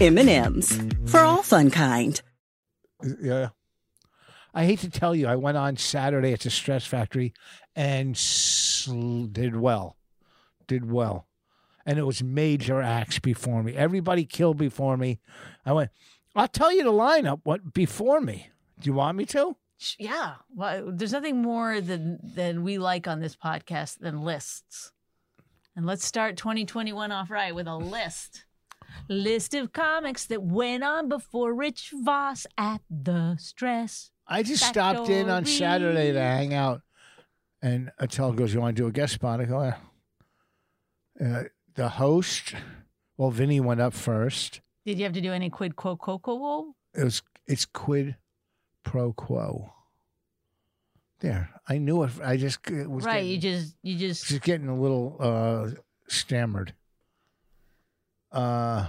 Speaker 3: M&Ms. For all fun kind.
Speaker 2: Yeah. I hate to tell you, I went on Saturday at the Stress Factory and sl- did well. Did well. And it was major acts before me. Everybody killed before me. I went, I'll tell you the lineup what before me. Do you want me to?
Speaker 1: Sh- Yeah. Well, there's nothing more than than we like on this podcast than lists. And let's start 2021 off right with a list. List of comics that went on before Rich Voss at the Stress.
Speaker 2: I just stopped in on
Speaker 1: Factory.
Speaker 2: Saturday to hang out, and Attell goes, "You want to do a guest spot?" I go, "Yeah." uh, "The host." Well, Vinny went up first.
Speaker 1: Did you have to do any quid quo quo quo?
Speaker 2: It was it's quid pro quo. There, I knew it. I just it was
Speaker 1: right.
Speaker 2: Getting,
Speaker 1: You just you just
Speaker 2: she's getting a little uh, stammered. Uh,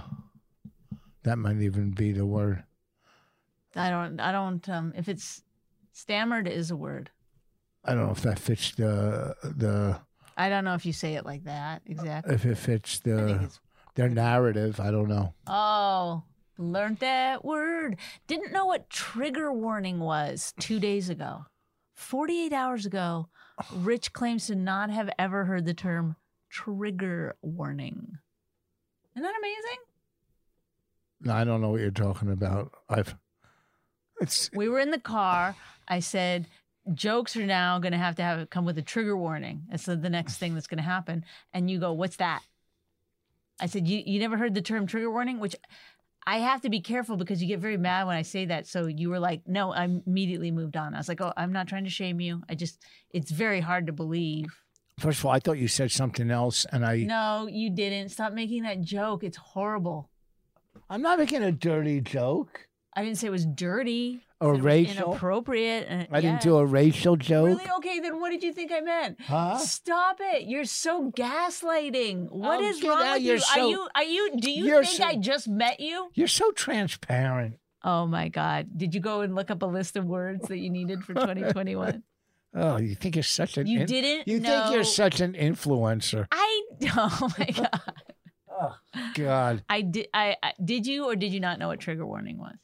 Speaker 2: that might even be the word.
Speaker 1: I don't I don't um if it's stammered is a word.
Speaker 2: I don't know if that fits the the
Speaker 1: I don't know if you say it like that exactly.
Speaker 2: if it fits
Speaker 1: I think
Speaker 2: the
Speaker 1: it's
Speaker 2: their narrative. I don't know.
Speaker 1: oh learned that word. Didn't know what trigger warning was two days ago. Forty eight hours ago, Rich claims to not have ever heard the term trigger warning. Isn't that amazing?
Speaker 2: No, I don't know what you're talking about. I've it's
Speaker 1: We were in the car. I said, jokes are now going to have to have it come with a trigger warning. That's the the next thing that's going to happen. And you go, what's that? I said, you, you never heard the term trigger warning, which I have to be careful because you get very mad when I say that. So you were like, no, I immediately moved on. I was like, oh, I'm not trying to shame you. I just, it's very hard to believe.
Speaker 2: first of all, I thought you said something else, and I
Speaker 1: No, you didn't. Stop making that joke. It's horrible.
Speaker 2: I'm not making a dirty joke
Speaker 1: I didn't say it was dirty
Speaker 2: or
Speaker 1: It was
Speaker 2: racial.
Speaker 1: inappropriate. and-
Speaker 2: I didn't
Speaker 1: yes.
Speaker 2: do a racial joke.
Speaker 1: Really? Okay, then what did you think I meant?
Speaker 2: Huh?
Speaker 1: Stop it! You're so gaslighting. What
Speaker 2: Oh,
Speaker 1: is
Speaker 2: get
Speaker 1: wrong
Speaker 2: out.
Speaker 1: with
Speaker 2: You're
Speaker 1: you?
Speaker 2: so-
Speaker 1: are you? Are you? Do you
Speaker 2: You're
Speaker 1: think
Speaker 2: so-
Speaker 1: I just met you?
Speaker 2: You're so transparent.
Speaker 1: Oh my God! Did you go and look up a list of words that you needed for 2021?
Speaker 2: Oh, you think you're such an
Speaker 1: You
Speaker 2: in-
Speaker 1: didn't.
Speaker 2: You
Speaker 1: know-
Speaker 2: think you're such an influencer?
Speaker 1: I. Oh my God!
Speaker 2: Oh God!
Speaker 1: I did. I, I did you or did you not know what trigger warning was?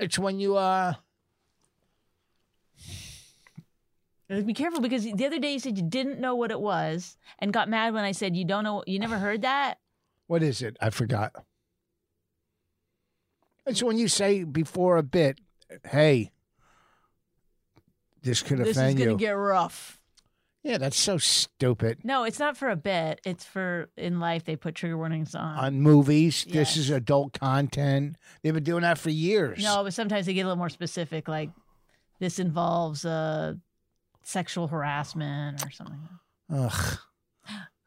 Speaker 2: It's when you uh
Speaker 1: Uh, Be careful because the other day you said you didn't know what it was and got mad when I said you don't know. You never heard that.
Speaker 2: What is it? I forgot. It's when you say before a bit, hey, this could
Speaker 1: This is
Speaker 2: offend
Speaker 1: gonna
Speaker 2: you.
Speaker 1: get rough.
Speaker 2: yeah, that's so stupid.
Speaker 1: No, it's not for a bit. It's for in life they put trigger warnings on.
Speaker 2: On movies, this
Speaker 1: Uh-huh. Yes.
Speaker 2: is adult content. They've been doing that for years.
Speaker 1: no, but sometimes they get a little more specific, like this involves uh, sexual harassment or something.
Speaker 2: Ugh.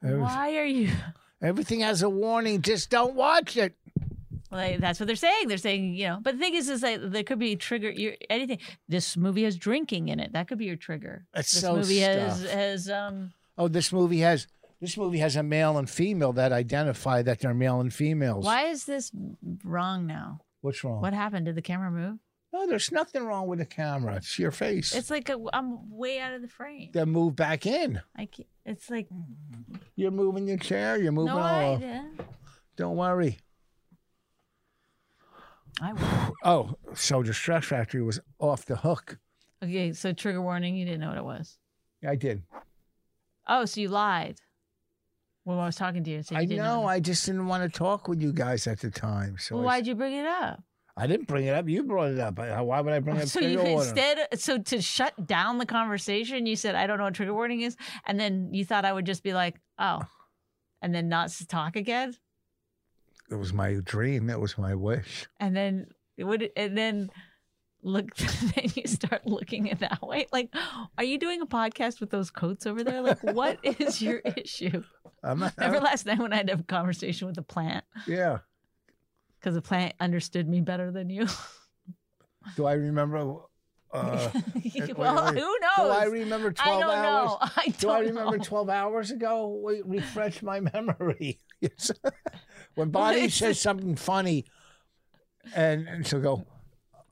Speaker 2: Every-
Speaker 1: Why are you
Speaker 2: Everything has a warning. Just don't watch it.
Speaker 1: like? That's what they're saying. They're saying you know. But the thing is, is like there could be a trigger. Your, anything. This movie has drinking in it. That could be your trigger.
Speaker 2: That's
Speaker 1: this
Speaker 2: so
Speaker 1: movie has
Speaker 2: stuffed.
Speaker 1: has um.
Speaker 2: Oh, this movie has this movie has a male and female that identify that they're male and females.
Speaker 1: Why is this wrong now?
Speaker 2: What's wrong?
Speaker 1: What happened? Did the camera move?
Speaker 2: No, there's nothing wrong with the camera. It's your face.
Speaker 1: It's like i I'm way out of the frame.
Speaker 2: then move back in.
Speaker 1: I can't, it's like
Speaker 2: You're moving your chair. You're moving
Speaker 1: no
Speaker 2: all.
Speaker 1: idea.
Speaker 2: Don't worry.
Speaker 1: I will.
Speaker 2: Oh, so the Stress Factory was off the hook.
Speaker 1: Okay, so trigger warning, you didn't know what it was.
Speaker 2: I did.
Speaker 1: Oh, so you lied. When I was talking to you, so you
Speaker 2: I
Speaker 1: didn't
Speaker 2: know.
Speaker 1: I,
Speaker 2: I just didn't want to talk with you guys at the time. So
Speaker 1: well,
Speaker 2: I,
Speaker 1: why'd you bring it up?
Speaker 2: I didn't bring it up. You brought it up. I- Why would I bring up
Speaker 1: Oh, So
Speaker 2: trigger
Speaker 1: you
Speaker 2: warning?
Speaker 1: instead, so to shut down the conversation, you said, "I don't know what trigger warning is," and then you thought I would just be like, "Oh," and then not s- talk again,
Speaker 2: It was my dream. It was my wish.
Speaker 1: and then it would, and then look, then you start looking at that way. Like, are you doing a podcast with those coats over there? Like, what is your issue?
Speaker 2: I'm not,
Speaker 1: Remember last night when I had to have a conversation with a plant?
Speaker 2: yeah.
Speaker 1: because the plant understood me better than you.
Speaker 2: Do I remember? Uh, wait,
Speaker 1: well,
Speaker 2: wait.
Speaker 1: who
Speaker 2: do
Speaker 1: knows?
Speaker 2: I remember
Speaker 1: I
Speaker 2: 12
Speaker 1: don't
Speaker 2: hours?
Speaker 1: know. Oh, I don't
Speaker 2: Do I remember
Speaker 1: know.
Speaker 2: 12 hours ago? Wait, refresh my memory. Yes. when Bonnie
Speaker 1: It's-
Speaker 2: says something funny, and, and she'll go,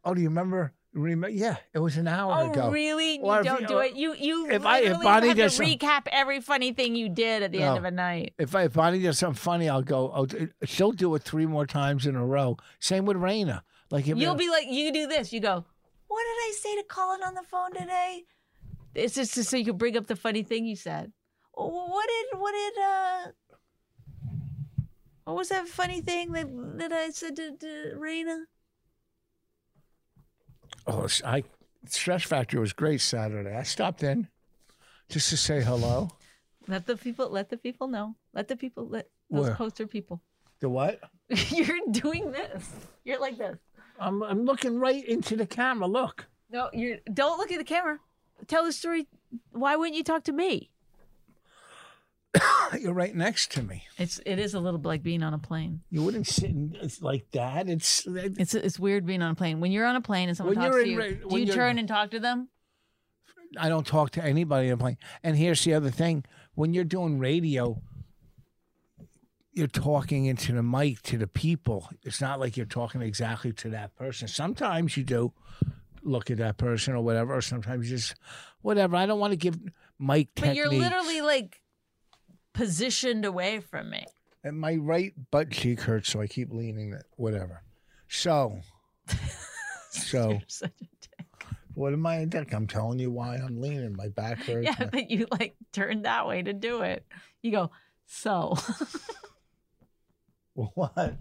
Speaker 2: Oh, do you remember? Remember? Yeah, it was an hour
Speaker 1: Oh,
Speaker 2: ago.
Speaker 1: really? You
Speaker 2: Or if
Speaker 1: don't
Speaker 2: you-
Speaker 1: do it. You you
Speaker 2: if I- if
Speaker 1: literally
Speaker 2: Bonnie
Speaker 1: have
Speaker 2: does
Speaker 1: to
Speaker 2: some-
Speaker 1: recap every funny thing you did at the end
Speaker 2: No.
Speaker 1: of a night.
Speaker 2: If, I, if Bonnie does something funny, I'll go, Oh, d- she'll do it three more times in a row. Same with Raina. Like, if-
Speaker 1: You'll be like, you do this. You go. What did I say to Colin on the phone today? It's just so you can bring up the funny thing you said. Oh, What did what did uh. What was that funny thing that, that I said to, to Raina?
Speaker 2: Oh, s- I, Stress Factor was great Saturday. I stopped in just to say hello.
Speaker 1: Let the people let the people know. Let the people let those
Speaker 2: Where?
Speaker 1: poster people.
Speaker 2: The what?
Speaker 1: You're doing this. You're like this.
Speaker 2: I'm, I'm looking right into the camera. Look.
Speaker 1: No, you're don't look at the camera. Tell the story. Why wouldn't you talk to me?
Speaker 2: You're right next to me.
Speaker 1: It's it is a little like being on a plane.
Speaker 2: You wouldn't sit in, it's like that. It's
Speaker 1: It's it's weird being on a plane. When you're on a plane and someone
Speaker 2: When
Speaker 1: talks
Speaker 2: you're
Speaker 1: to
Speaker 2: in
Speaker 1: you,
Speaker 2: ra-
Speaker 1: do
Speaker 2: when
Speaker 1: you
Speaker 2: you're-
Speaker 1: turn and talk to them?
Speaker 2: I don't talk to anybody on the plane. And here's the other thing: when you're doing radio, you're talking into the mic to the people. It's not like you're talking exactly to that person. Sometimes you do look at that person or whatever, or sometimes you just whatever. I don't want to give mic
Speaker 1: But you're
Speaker 2: technique.
Speaker 1: literally like positioned away from me.
Speaker 2: and my right butt cheek hurts, so I keep leaning it. Whatever. So, so Oh.
Speaker 1: You're such a dick.
Speaker 2: what am I a dick? I'm telling you why I'm leaning. My back hurts.
Speaker 1: Yeah,
Speaker 2: my-
Speaker 1: but you like turn that way to do it. You go, so
Speaker 2: What?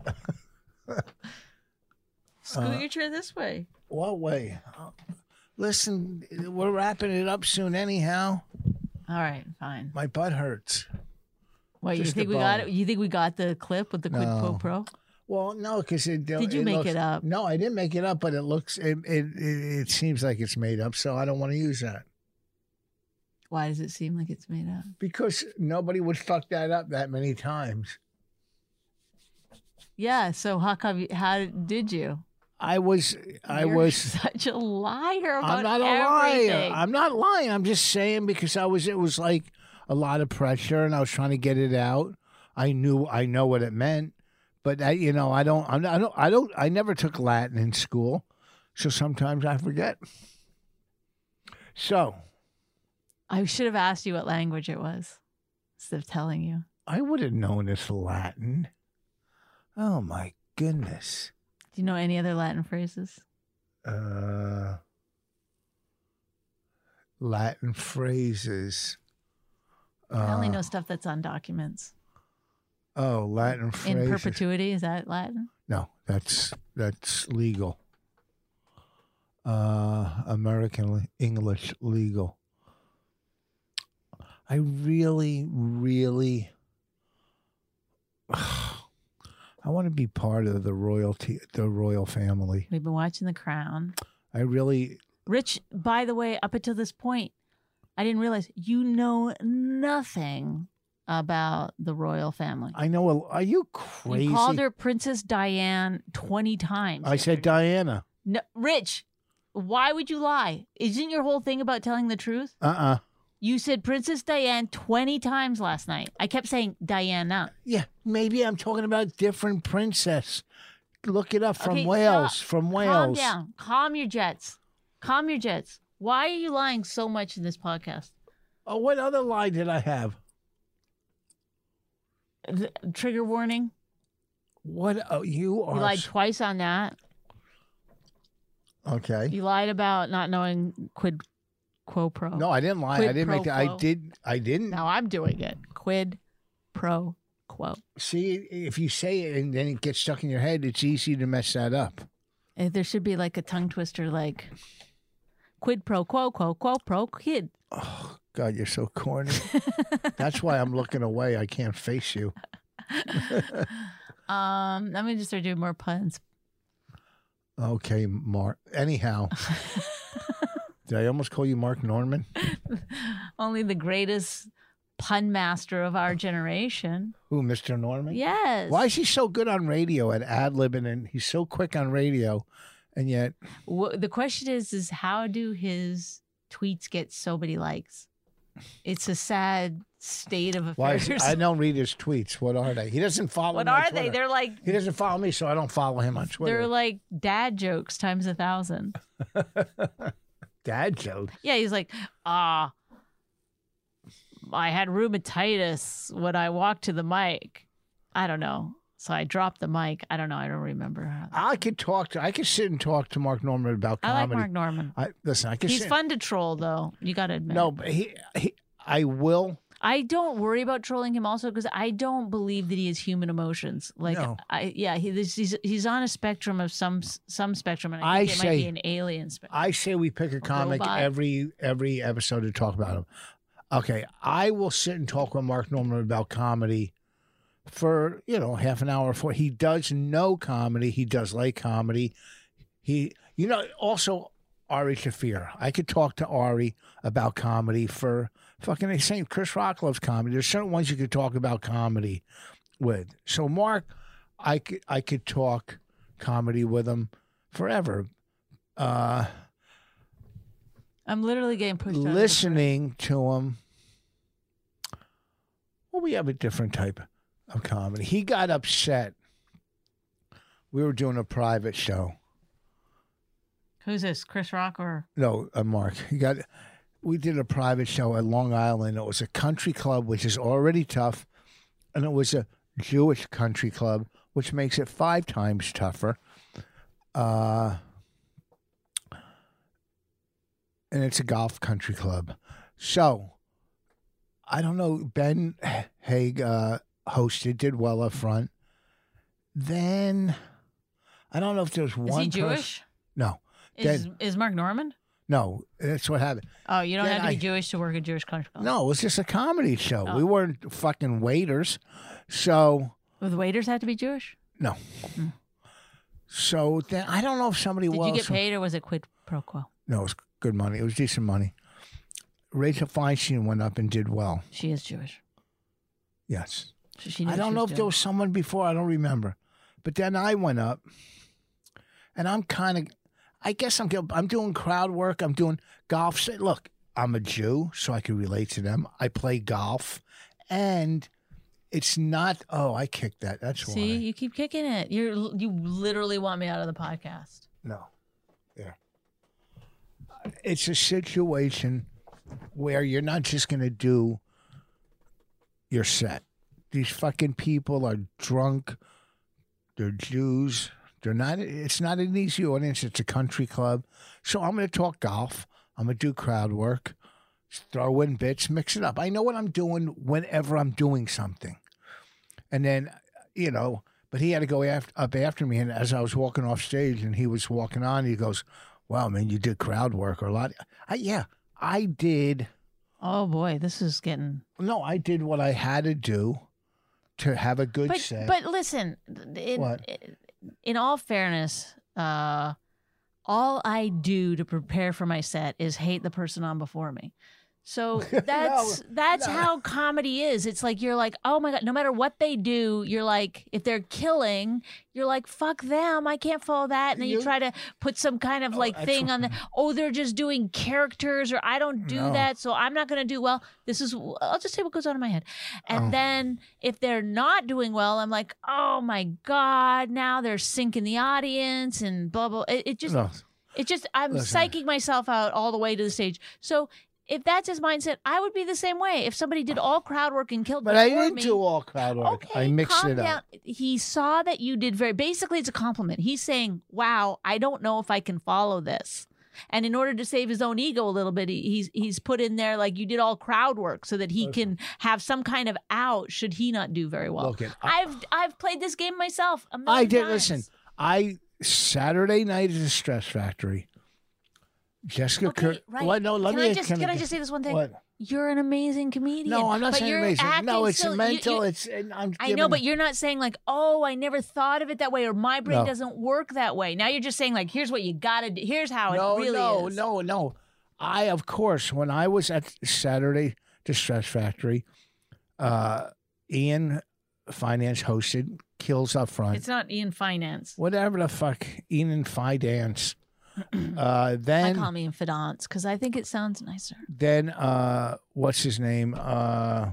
Speaker 2: Uh,
Speaker 1: scooter this way.
Speaker 2: What way? Uh, Listen, we're wrapping it up soon, anyhow.
Speaker 1: All right, fine.
Speaker 2: My butt hurts.
Speaker 1: Wait, you
Speaker 2: just a
Speaker 1: think we got
Speaker 2: bone.
Speaker 1: it? You think we got the clip with the quid pro
Speaker 2: No.
Speaker 1: pro?
Speaker 2: Well, no, because it
Speaker 1: Did you make
Speaker 2: looks-
Speaker 1: it up?
Speaker 2: No, I didn't make it up, but it looks it it, it it seems like it's made up, so I don't want to use that
Speaker 1: Why does it seem like it's made up?
Speaker 2: because nobody would fuck that up that many times.
Speaker 1: Yeah. So how come? You, how did you?
Speaker 2: I was I
Speaker 1: You're
Speaker 2: was
Speaker 1: such a liar about
Speaker 2: I'm not a
Speaker 1: everything.
Speaker 2: liar. I'm not lying. I'm just saying because I was it was like a lot of pressure and I was trying to get it out. I knew I know what it meant, but I, you know I don't I'm not, I don't I don't I never took Latin in school, so sometimes I forget. So
Speaker 1: I should have asked you what language it was instead of telling you.
Speaker 2: I would have known it's Latin. Oh my goodness.
Speaker 1: Do you know any other Latin phrases?
Speaker 2: Uh, Latin phrases.
Speaker 1: I only
Speaker 2: Uh,
Speaker 1: know stuff that's on documents.
Speaker 2: Oh, Latin
Speaker 1: In
Speaker 2: phrases.
Speaker 1: perpetuity, is that Latin?
Speaker 2: No, that's that's legal. Uh, American le- English legal. I really, really, I want to be part of the royalty, the royal family.
Speaker 1: We've been watching The Crown.
Speaker 2: I really,
Speaker 1: Rich, by the way, up until this point, I didn't realize you know nothing about the royal family.
Speaker 2: I know. a- Are you crazy?
Speaker 1: You called her Princess Diane 20 times.
Speaker 2: I said Diana.
Speaker 1: no, Rich, why would you lie? Isn't your whole thing about telling the truth?
Speaker 2: Uh uh
Speaker 1: You said Princess Diane 20 times last night. I kept saying Diana.
Speaker 2: Yeah, maybe I'm talking about different princess. Look it up from
Speaker 1: Okay,
Speaker 2: Wales.
Speaker 1: stop.
Speaker 2: From
Speaker 1: Calm
Speaker 2: Wales.
Speaker 1: down. Calm your jets. Calm your jets. Why are you lying so much in this podcast?
Speaker 2: Oh, what other lie did I have?
Speaker 1: Th- Trigger warning.
Speaker 2: What oh, you are?
Speaker 1: You lied
Speaker 2: s-
Speaker 1: twice on that.
Speaker 2: okay.
Speaker 1: You lied about not knowing quid quo pro.
Speaker 2: No, I didn't lie. I
Speaker 1: Quid
Speaker 2: didn't make
Speaker 1: pro
Speaker 2: that. I
Speaker 1: quo.
Speaker 2: did. I didn't.
Speaker 1: Now I'm doing it. Quid pro quo.
Speaker 2: See, if you say it and then it gets stuck in your head, it's easy to mess that up.
Speaker 1: Eh, There should be like a tongue twister, like quid pro quo quo quo pro quid.
Speaker 2: Oh God, you're so corny. That's why I'm looking away. I can't face you.
Speaker 1: Um, I'm gonna just start doing more puns.
Speaker 2: Okay, Mark. Anyhow, did I almost call you Mark Norman?
Speaker 1: Only the greatest pun master of our generation.
Speaker 2: Who, Mr. Norman?
Speaker 1: Yes.
Speaker 2: Why is he so good on radio at ad libbing and he's so quick on radio and yet
Speaker 1: Wha- the question is, is how do his tweets get so many likes? It's a sad state of
Speaker 2: why
Speaker 1: affairs.
Speaker 2: is, I don't read his tweets. What are they? He doesn't follow
Speaker 1: what
Speaker 2: me on
Speaker 1: are they?
Speaker 2: Twitter.
Speaker 1: They're like
Speaker 2: He doesn't follow me, so I don't follow him on Twitter.
Speaker 1: They're like dad jokes times a thousand.
Speaker 2: Dad joke.
Speaker 1: Yeah, he's like, ah, I had rheumatitis when I walked to the mic. I don't know. So I dropped the mic. I don't know. I don't remember. how-
Speaker 2: I could talk to. I could sit and talk to Mark Norman about
Speaker 1: I like
Speaker 2: comedy.
Speaker 1: Mark Norman.
Speaker 2: I listen. I could.
Speaker 1: He's
Speaker 2: sit,
Speaker 1: fun to troll, though. You got to admit.
Speaker 2: No, but he, he. I will.
Speaker 1: I don't worry about trolling him also because I don't believe that he has human emotions. Like,
Speaker 2: No.
Speaker 1: I yeah, he, this, he's he's on a spectrum of some some spectrum, and
Speaker 2: I
Speaker 1: I think it might be
Speaker 2: say-
Speaker 1: an alien spectrum.
Speaker 2: I say we pick a comic
Speaker 1: Robot.
Speaker 2: every every episode to talk about him. Okay, I will sit and talk with Mark Norman about comedy for you know half an hour. For he does know comedy. He does like comedy. He, you know, also Ari Shafir. I could talk to Ari about comedy for fucking the same. Chris Rock loves comedy. There's certain ones you could talk about comedy with. So Mark, I could I could talk comedy with him forever. Uh,
Speaker 1: I'm literally getting pushed. out of the fr-
Speaker 2: listening to him. Well, we have a different type of comedy. He got upset. We were doing a private show.
Speaker 1: Who's this? Chris Rock or
Speaker 2: No, uh, Mark. He got. We did a private show at Long Island. It was a country club, which is already tough, and it was a Jewish country club, which makes it five times tougher. Uh, and it's a golf country club. So, I don't know. Ben Haig uh, hosted, did well up front. Then, I don't know if there's
Speaker 1: is
Speaker 2: one.
Speaker 1: he
Speaker 2: person-
Speaker 1: Jewish?
Speaker 2: no,
Speaker 1: Is is Mark Norman?
Speaker 2: no, that's what happened.
Speaker 1: Oh, you don't
Speaker 2: Then
Speaker 1: have to be
Speaker 2: I-
Speaker 1: Jewish to work at Jewish country club.
Speaker 2: No, it was just a comedy show.
Speaker 1: Oh.
Speaker 2: We weren't fucking waiters. So
Speaker 1: Well, the waiters have to be Jewish.
Speaker 2: no. So then I don't know if somebody
Speaker 1: Did
Speaker 2: was
Speaker 1: you get paid or was it quid pro quo?
Speaker 2: No, it was good money. It was decent money. Rachel Feinstein went up and did well.
Speaker 1: She is Jewish.
Speaker 2: Yes.
Speaker 1: So she knew
Speaker 2: I
Speaker 1: she
Speaker 2: don't know if
Speaker 1: was
Speaker 2: there
Speaker 1: Jewish.
Speaker 2: was someone before. I don't remember. But then I went up, and I'm kind of, I guess I'm go- I'm doing crowd work. I'm doing golf. So, Look, I'm a Jew, so I can relate to them. I play golf, and it's not. Oh, I kicked that. That's why.
Speaker 1: See, you keep kicking it. You're you literally want me out of the podcast.
Speaker 2: No. Yeah. It's a situation where you're not just going to do your set. These fucking people are drunk. They're Jews. They're not, it's not an easy audience. It's a country club. So I'm going to talk golf. I'm going to do crowd work, throw in bits, mix it up. I know what I'm doing whenever I'm doing something. And then, you know, but he had to go af up after me. And as I was walking off stage and he was walking on, he goes, Wow, man, you did crowd work or a lot. I, yeah, I did.
Speaker 1: Oh boy, this is getting.
Speaker 2: No, I did what I had to do to have a good
Speaker 1: But
Speaker 2: set.
Speaker 1: but listen, in,
Speaker 2: What?
Speaker 1: in all fairness, uh, all I do to prepare for my set is hate the person on before me. So that's that's
Speaker 2: no.
Speaker 1: how comedy is. It's like you're like, oh my god, no matter what they do, you're like, if they're killing, you're like, fuck them, I can't follow that. And then you,
Speaker 2: You-
Speaker 1: try to put some kind of
Speaker 2: Oh,
Speaker 1: like
Speaker 2: that's
Speaker 1: thing on the, oh, they're just doing characters, or I don't do
Speaker 2: No.
Speaker 1: that, so I'm not gonna do well. This is, I'll just say what goes on in my head. And
Speaker 2: Oh.
Speaker 1: then if they're not doing well, I'm like, oh my god, now they're sinking the audience and blah blah. It, it just
Speaker 2: No.
Speaker 1: it just I'm
Speaker 2: Listen.
Speaker 1: psyching myself out all the way to the stage. So if that's his mindset, I would be the same way. If somebody did all crowd work and killed
Speaker 2: But
Speaker 1: before
Speaker 2: I didn't
Speaker 1: me,
Speaker 2: do all crowd work.
Speaker 1: Okay,
Speaker 2: I mixed
Speaker 1: calm
Speaker 2: it up.
Speaker 1: down. He saw that you did very. Basically, it's a compliment. He's saying, "Wow, I don't know if I can follow this." And in order to save his own ego a little bit, he- he's he's put in there like you did all crowd work so that he can have some kind of out should he not do very well.
Speaker 2: Look, it-
Speaker 1: I've I've played this game myself. A
Speaker 2: I
Speaker 1: million
Speaker 2: did.
Speaker 1: times.
Speaker 2: Listen, I Saturday night at the Stress Factory. Jessica
Speaker 1: Okay,
Speaker 2: Kirk.
Speaker 1: right.
Speaker 2: What? No, let
Speaker 1: can
Speaker 2: me.
Speaker 1: I just can, I just say this one thing?
Speaker 2: What?
Speaker 1: You're an amazing comedian.
Speaker 2: No, I'm not
Speaker 1: but
Speaker 2: saying
Speaker 1: you're
Speaker 2: amazing. No,
Speaker 1: acting
Speaker 2: it's
Speaker 1: silly. You-
Speaker 2: mental.
Speaker 1: you-
Speaker 2: it's. And I'm
Speaker 1: I know, but you're not saying like, "Oh, I never thought of it that way," or "My brain
Speaker 2: No.
Speaker 1: doesn't work that way." Now you're just saying like, "Here's what you gotta do. Here's how
Speaker 2: no,
Speaker 1: it really
Speaker 2: no,
Speaker 1: is."
Speaker 2: no, no. I of course when I was at Saturday Distress Factory, uh, Ian Finance hosted Kills Up Front.
Speaker 1: it's not Ian Finance.
Speaker 2: whatever the fuck, Ian Finance. uh, then
Speaker 1: I call me Ian Finance because I think it sounds nicer.
Speaker 2: then uh what's his name uh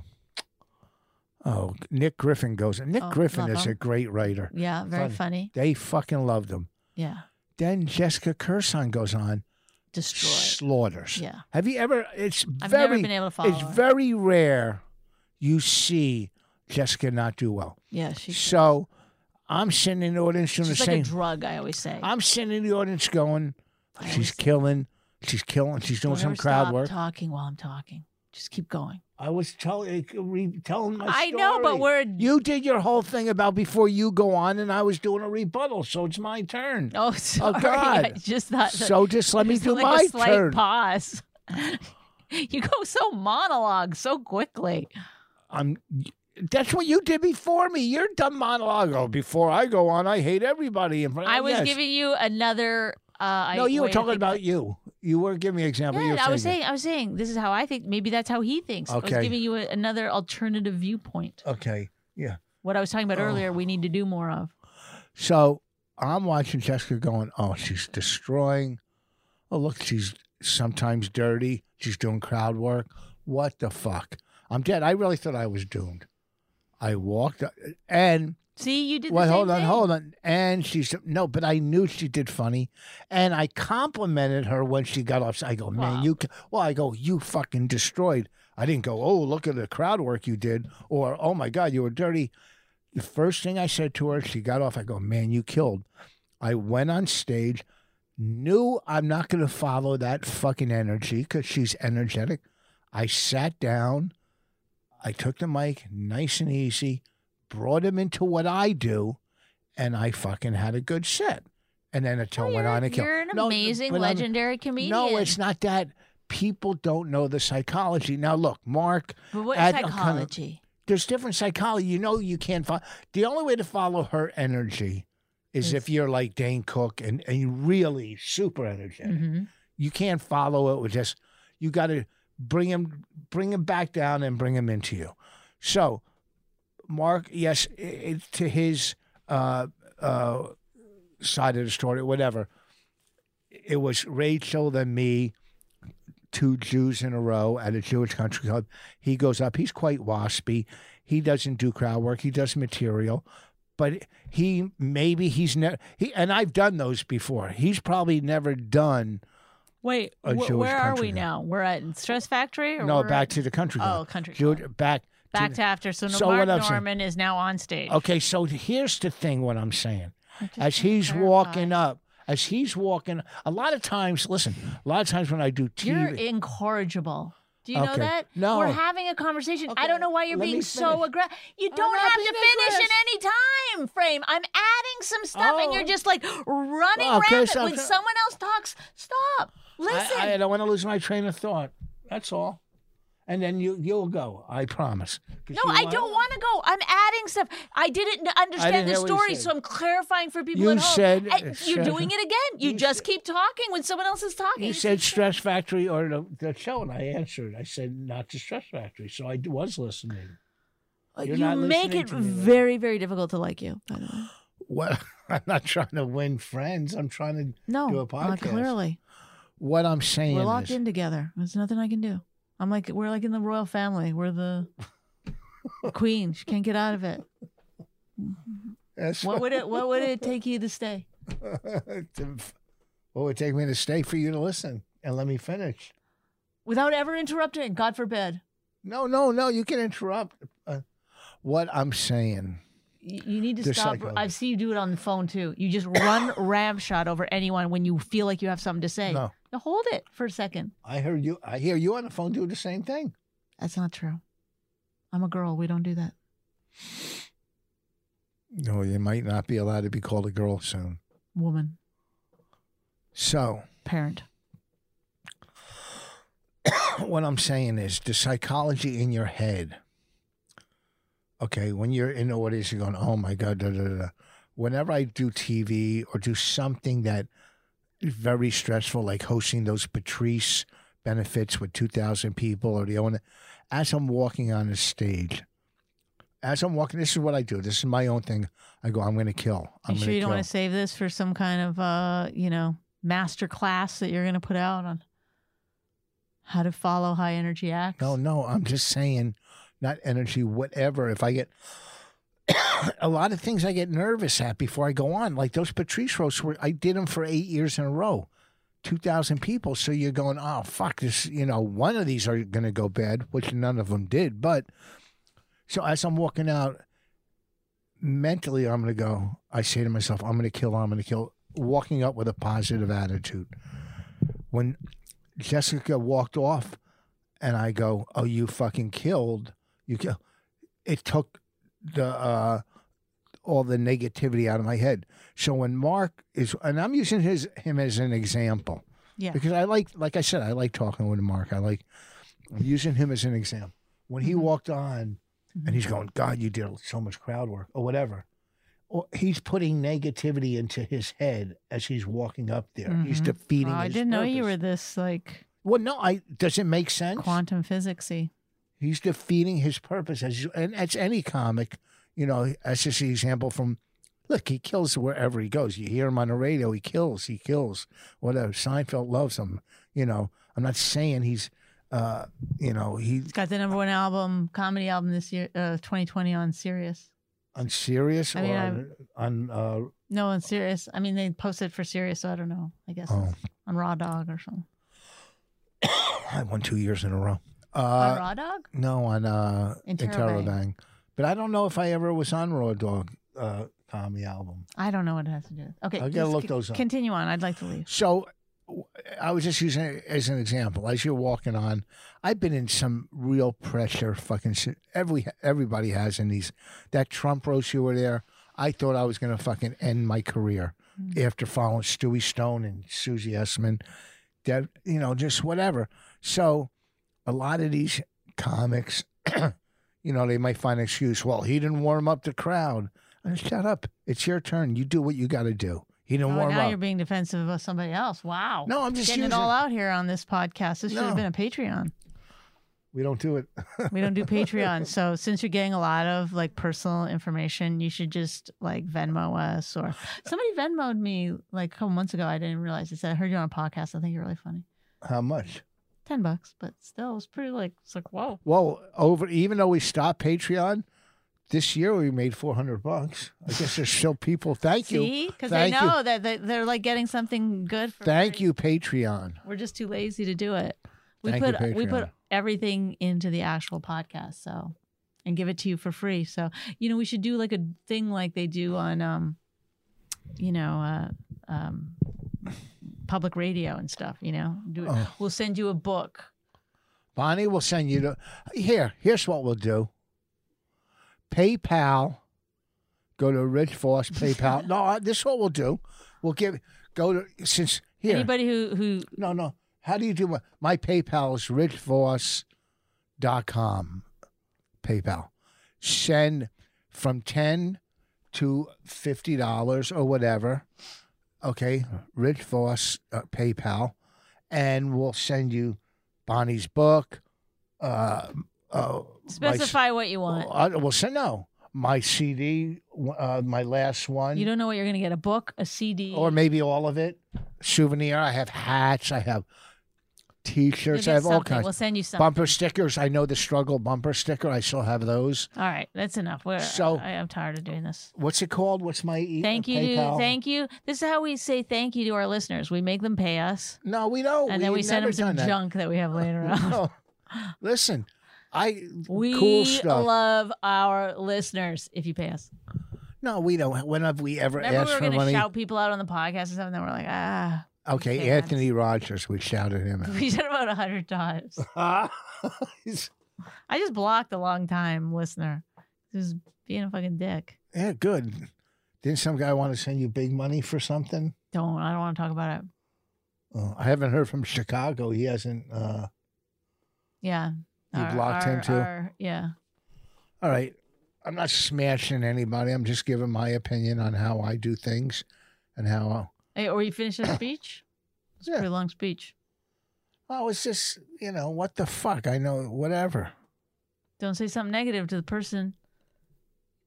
Speaker 2: oh nick griffin goes nick
Speaker 1: Oh,
Speaker 2: griffin
Speaker 1: love
Speaker 2: is
Speaker 1: him.
Speaker 2: a great writer
Speaker 1: Yeah, very
Speaker 2: Funny.
Speaker 1: funny.
Speaker 2: they fucking loved him
Speaker 1: Yeah,
Speaker 2: then jessica Curson goes on
Speaker 1: destroy.
Speaker 2: slaughters
Speaker 1: Yeah.
Speaker 2: have you ever it's
Speaker 1: I've
Speaker 2: very
Speaker 1: never been able to follow.
Speaker 2: it's
Speaker 1: her.
Speaker 2: very rare you see jessica not do well
Speaker 1: yeah, she,
Speaker 2: so i'm sitting in the audience doing
Speaker 1: she's
Speaker 2: the
Speaker 1: like
Speaker 2: same
Speaker 1: a drug. I always say.
Speaker 2: i'm sitting in the audience going
Speaker 1: I
Speaker 2: she's
Speaker 1: always-
Speaker 2: killing she's killing she's doing
Speaker 1: Don't
Speaker 2: some
Speaker 1: ever
Speaker 2: crowd
Speaker 1: stop
Speaker 2: work
Speaker 1: Talking while I'm talking. Just keep going.
Speaker 2: I was telling re- telling my
Speaker 1: I know, but
Speaker 2: story.
Speaker 1: we're-
Speaker 2: you did your whole thing about before you go on, and I was doing a rebuttal, so it's my turn.
Speaker 1: Oh, sorry. I
Speaker 2: God.
Speaker 1: just thought. that-
Speaker 2: so just let me
Speaker 1: There's,
Speaker 2: do
Speaker 1: uh, like,
Speaker 2: my
Speaker 1: a slight
Speaker 2: turn.
Speaker 1: Pause. you go so monologue so quickly.
Speaker 2: I'm. That's what you did before me. You're dumb monologue. Oh, before I go on, I hate everybody. In front.
Speaker 1: I was
Speaker 2: yes.
Speaker 1: giving you another. Uh,
Speaker 2: No,
Speaker 1: I,
Speaker 2: you
Speaker 1: way
Speaker 2: were
Speaker 1: to
Speaker 2: talking
Speaker 1: think
Speaker 2: about you. You were giving me an example.
Speaker 1: Yeah,
Speaker 2: you were
Speaker 1: I was
Speaker 2: saying.
Speaker 1: saying, I was saying, this is how I think. Maybe that's how he thinks. I
Speaker 2: Okay.
Speaker 1: was giving you a, another alternative viewpoint.
Speaker 2: Okay. Yeah.
Speaker 1: What I was talking about
Speaker 2: Oh.
Speaker 1: earlier, we need to do more of.
Speaker 2: So I'm watching Jessica going, oh, she's destroying. Oh, look, she's sometimes dirty, just doing crowd work. What the fuck? I'm dead. I really thought I was doomed. I walked uh, and
Speaker 1: See, you did.
Speaker 2: well,
Speaker 1: the same
Speaker 2: hold on,
Speaker 1: thing.
Speaker 2: hold on. And she said, no, but I knew she did funny. And I complimented her when she got off. I go, man,
Speaker 1: Wow.
Speaker 2: you, ca- well, I go, you fucking destroyed. I didn't go, oh, look at the crowd work you did, or oh my God, you were dirty. The first thing I said to her, she got off. I go, man, you killed. I went on stage, knew I'm not going to follow that fucking energy because she's energetic. I sat down, I took the mic nice and easy, brought him into what I do, and I fucking had a good set. And then it
Speaker 1: Oh,
Speaker 2: went
Speaker 1: you're-
Speaker 2: on and killed.
Speaker 1: You're an
Speaker 2: No,
Speaker 1: amazing,
Speaker 2: but I'm-
Speaker 1: legendary comedian.
Speaker 2: No, it's not that. People don't know the psychology. Now, look, Mark,
Speaker 1: But what
Speaker 2: Add a kind of-
Speaker 1: psychology?
Speaker 2: there's different psychology. You know, you can't follow. The only way to follow her energy is
Speaker 1: Is-
Speaker 2: if you're like Dane Cook and, and you really super energetic.
Speaker 1: hmm
Speaker 2: You can't follow it with just. You got to bring him, bring him back down, and bring him into you. So, Mark, yes, i i- to his uh, uh, side of the story, whatever. It was Rachel then me, two Jews in a row at a Jewish country club. He goes up. He's quite waspy. He doesn't do crowd work. He does material, but he maybe he's never he. And I've done those before. He's probably never done
Speaker 1: Wait,
Speaker 2: A
Speaker 1: wh-
Speaker 2: Jewish
Speaker 1: where are
Speaker 2: country
Speaker 1: we
Speaker 2: club.
Speaker 1: now? We're at Stress Factory? Or
Speaker 2: No,
Speaker 1: we're
Speaker 2: back
Speaker 1: at-
Speaker 2: to the country.
Speaker 1: Oh,
Speaker 2: club.
Speaker 1: country
Speaker 2: Ju-
Speaker 1: club.
Speaker 2: Back.
Speaker 1: back to after. So,
Speaker 2: So
Speaker 1: Mark
Speaker 2: what I'm saying-
Speaker 1: Norman is now on stage.
Speaker 2: Okay, so here's the thing. What I'm saying,
Speaker 1: I'm just
Speaker 2: as
Speaker 1: trying to
Speaker 2: he's
Speaker 1: clarify.
Speaker 2: walking up, as he's walking, a lot of times. Listen, a lot of times when I do
Speaker 1: You're
Speaker 2: TV,
Speaker 1: incorrigible. Do you know
Speaker 2: Okay.
Speaker 1: that?
Speaker 2: No.
Speaker 1: We're having a conversation. I
Speaker 2: Okay,
Speaker 1: don't know why you're
Speaker 2: let
Speaker 1: being
Speaker 2: me
Speaker 1: so
Speaker 2: finish.
Speaker 1: aggressive. You
Speaker 2: I'm
Speaker 1: don't
Speaker 2: not
Speaker 1: have to
Speaker 2: being
Speaker 1: finish
Speaker 2: aggressive.
Speaker 1: in any time frame. I'm adding some stuff, and you're
Speaker 2: Oh.
Speaker 1: just like running
Speaker 2: Okay,
Speaker 1: rampant
Speaker 2: so-
Speaker 1: when someone else talks. Stop. Listen.
Speaker 2: I, I don't want to lose my train of thought. That's all. And then you you'll go. I promise. 'Cause
Speaker 1: no,
Speaker 2: you
Speaker 1: I don't want to go. I'm adding stuff. I didn't n- understand
Speaker 2: didn't
Speaker 1: the
Speaker 2: hear what you
Speaker 1: story,
Speaker 2: said.
Speaker 1: so I'm clarifying for people
Speaker 2: You
Speaker 1: at home.
Speaker 2: said-
Speaker 1: And you're
Speaker 2: said-
Speaker 1: doing it again. You,
Speaker 2: you
Speaker 1: just keep talking when someone else is talking.
Speaker 2: You
Speaker 1: It's
Speaker 2: said
Speaker 1: just-
Speaker 2: Stress Factory or the, the show, and I answered. I said not to Stress Factory, so I d- was listening. You're
Speaker 1: you
Speaker 2: not
Speaker 1: make
Speaker 2: listening
Speaker 1: it
Speaker 2: to me, Liz.
Speaker 1: very, very difficult to like you. By the way.
Speaker 2: What? I'm not trying to win friends. I'm trying to.
Speaker 1: No,
Speaker 2: Do a
Speaker 1: not
Speaker 2: podcast.
Speaker 1: clearly.
Speaker 2: What I'm saying
Speaker 1: We're
Speaker 2: is,
Speaker 1: locked in together. There's nothing I can do. I'm like we're like in the royal family. We're the queen. She can't get out of it.
Speaker 2: That's
Speaker 1: What would it What would it take you to stay?
Speaker 2: To- what would it take me to stay for you to listen and let me finish?
Speaker 1: Without ever interrupting, God forbid.
Speaker 2: No, no, no. You can interrupt. Uh, what I'm saying.
Speaker 1: You you need to
Speaker 2: They're
Speaker 1: stop.
Speaker 2: psychos.
Speaker 1: I see you do it on the phone too. You just run ramshot over anyone when you feel like you have something to say.
Speaker 2: No,
Speaker 1: Now hold it for a second.
Speaker 2: I heard you. I hear you on the phone do the same thing.
Speaker 1: That's not true. I'm a girl. We don't do that.
Speaker 2: No, you might not be allowed to be called a girl soon.
Speaker 1: Woman,
Speaker 2: So.
Speaker 1: parent.
Speaker 2: what I'm saying is the psychology in your head. Okay, when you're in the audience, you're going, "Oh my god!" Da, da, da. da." Whenever I do TV or do something that is very stressful, like hosting those Patrice benefits with two thousand people or the owner, as I'm walking on the stage, as I'm walking, this is what I do. This is my own thing. I go, "I'm going to kill." I'm
Speaker 1: you sure
Speaker 2: gonna
Speaker 1: you don't
Speaker 2: kill."
Speaker 1: want to save this for some kind of uh, you know, master class that you're going to put out on how to follow high energy acts?
Speaker 2: No, no, I'm just saying, not energy, whatever. If I get a lot of things, I get nervous at before I go on. Like those Patrice roasts, were I did them for eight years in a row, two thousand people. So you're going, oh fuck, this. You know, one of these are going to go bad, which none of them did. But so as I'm walking out, mentally, I'm going to go. I say to myself, I'm going to kill. I'm going to kill. Walking up with a positive attitude. When Jessica walked off, and I go, "Oh, you fucking killed! You kill." It took the uh, all the negativity out of my head. So when Mark is, and I'm using his him as an example
Speaker 1: Yeah.
Speaker 2: because I like, like I said, I like talking with Mark. I like I'm using him as an example. When he
Speaker 1: Mhm.
Speaker 2: walked on,
Speaker 1: Mhm.
Speaker 2: and he's going, "God, you did so much crowd work," or whatever. Or he's putting negativity into his head as he's walking up there. He's
Speaker 1: Mhm.
Speaker 2: defeating.
Speaker 1: Oh, I
Speaker 2: his
Speaker 1: didn't know you were
Speaker 2: purpose.
Speaker 1: this like
Speaker 2: Well, no, I does it make sense?
Speaker 1: quantum physicsy.
Speaker 2: He's defeating his purpose as and that's any comic, you know. That's just the example from Look, he kills wherever he goes. You hear him on the radio, he kills, he kills. Whatever. Seinfeld loves him. You know, I'm not saying he's, uh, you know, he
Speaker 1: It's got the number one album, comedy album this year, uh, 2020 on Sirius.
Speaker 2: on Sirius
Speaker 1: I mean,
Speaker 2: or
Speaker 1: I'm-
Speaker 2: on, uh,
Speaker 1: No, on Sirius. I mean, they posted for Sirius, so I don't know. I guess
Speaker 2: Oh.
Speaker 1: it's on Raw Dog or something.
Speaker 2: I won two years in a row.
Speaker 1: on
Speaker 2: Uh,
Speaker 1: Raw Dog?
Speaker 2: no, on uh,
Speaker 1: Interrobang.
Speaker 2: Interrobang. But I don't know if I ever was on Raw Dog uh, comedy album.
Speaker 1: I don't know what it has to do. with- Okay,
Speaker 2: I gotta
Speaker 1: just
Speaker 2: look
Speaker 1: c-
Speaker 2: those up.
Speaker 1: Continue on. I'd like to leave.
Speaker 2: So w- I was just using it as an example. As you're walking on, I've been in some real pressure fucking shit. Every everybody has in these that Trump roast you were there. I thought I was gonna fucking end my career
Speaker 1: Hmm.
Speaker 2: after following Stewie Stone and Susie Essman. That you know, just whatever. So a lot of these comics, you know, they might find an excuse. Well, he didn't warm up the crowd. I just shut up. It's your turn. You do what you gotta do. He didn't
Speaker 1: Oh,
Speaker 2: warm
Speaker 1: now
Speaker 2: up.
Speaker 1: you're being defensive of somebody else. Wow.
Speaker 2: No, I'm just
Speaker 1: getting it
Speaker 2: using-
Speaker 1: all out here on this podcast. This should
Speaker 2: No.
Speaker 1: have been a Patreon.
Speaker 2: We don't do it.
Speaker 1: We don't do Patreon. So since you're getting a lot of like personal information, you should just like Venmo us or somebody Venmoed me like a couple months ago. I didn't realize it said I heard you on a podcast. I think you're really funny.
Speaker 2: How much?
Speaker 1: Ten bucks, but still, it's pretty like it's like whoa.
Speaker 2: Well, over even though we stopped Patreon this year, we made four hundred bucks. I guess there's still people. Thank
Speaker 1: See,
Speaker 2: you.
Speaker 1: because they
Speaker 2: Thank
Speaker 1: know
Speaker 2: you.
Speaker 1: that they, they're like getting something good. For
Speaker 2: Thank
Speaker 1: free.
Speaker 2: you, Patreon.
Speaker 1: We're just too lazy to do it. We
Speaker 2: Thank you,
Speaker 1: put we put
Speaker 2: Patreon.
Speaker 1: everything into the actual podcast, so and give it to you for free. So you know we should do like a thing like they do on, um, you know, uh, um, public radio and stuff. You know, do
Speaker 2: Oh.
Speaker 1: we'll send you a book.
Speaker 2: Bonnie will send you to here. Here's what we'll do. PayPal. Go to Rich Voss PayPal. no, I- this is what we'll do. We'll give go to since here.
Speaker 1: Anybody who who
Speaker 2: No, no. How do you do my, my PayPal is richvoss.com PayPal. Send from 10 to $50 or whatever. Okay. Rich Voss uh, PayPal. And we'll send you Bonnie's book. Uh, uh, my-
Speaker 1: specify what you want.
Speaker 2: uh, we'll send, no. My CD, uh, my last one
Speaker 1: You don't know what you're gonna get a book, a CD,
Speaker 2: or maybe all of it. Souvenir. I have hats. I have
Speaker 1: You'll
Speaker 2: T-shirts. I
Speaker 1: get
Speaker 2: have all
Speaker 1: something.
Speaker 2: kinds.
Speaker 1: We'll send you something.
Speaker 2: Bumper stickers. I know the struggle bumper sticker. I still have those.
Speaker 1: All right, that's enough. We're,
Speaker 2: So-
Speaker 1: I, I'm tired of doing this.
Speaker 2: What's it called? What's my e-
Speaker 1: Thank you. To,
Speaker 2: PayPal?
Speaker 1: thank you. This is how we say thank you to our listeners. We make them pay us,
Speaker 2: No, we don't.
Speaker 1: and
Speaker 2: we
Speaker 1: then we send them some
Speaker 2: that.
Speaker 1: junk that we have later on.
Speaker 2: No. Listen, I
Speaker 1: We
Speaker 2: cool stuff.
Speaker 1: love our listeners if you pay us.
Speaker 2: no, we don't. When have we ever
Speaker 1: Remember, we
Speaker 2: asked
Speaker 1: were
Speaker 2: for
Speaker 1: going to
Speaker 2: money?
Speaker 1: shout people out on the podcast and stuff, and then we're like, ah,
Speaker 2: okay,
Speaker 1: Okay,
Speaker 2: Anthony Rogers. We shouted him. out.
Speaker 1: we said about a hundred times.
Speaker 2: He's-
Speaker 1: I just blocked a long time listener who's being a fucking dick.
Speaker 2: yeah, good. Didn't some guy want to send you big money for something?
Speaker 1: Don't I don't want to talk about it.
Speaker 2: Uh, I haven't heard from Chicago. He hasn't. Uh,
Speaker 1: Yeah,
Speaker 2: You blocked him, too?
Speaker 1: yeah,
Speaker 2: all right. I'm not smashing anybody. I'm just giving my opinion on how I do things and how.
Speaker 1: Hey, or you finish the speech. It's a
Speaker 2: Yeah.
Speaker 1: pretty long speech.
Speaker 2: Oh, it's just, you know, what the fuck? I know, whatever.
Speaker 1: Don't say something negative to the person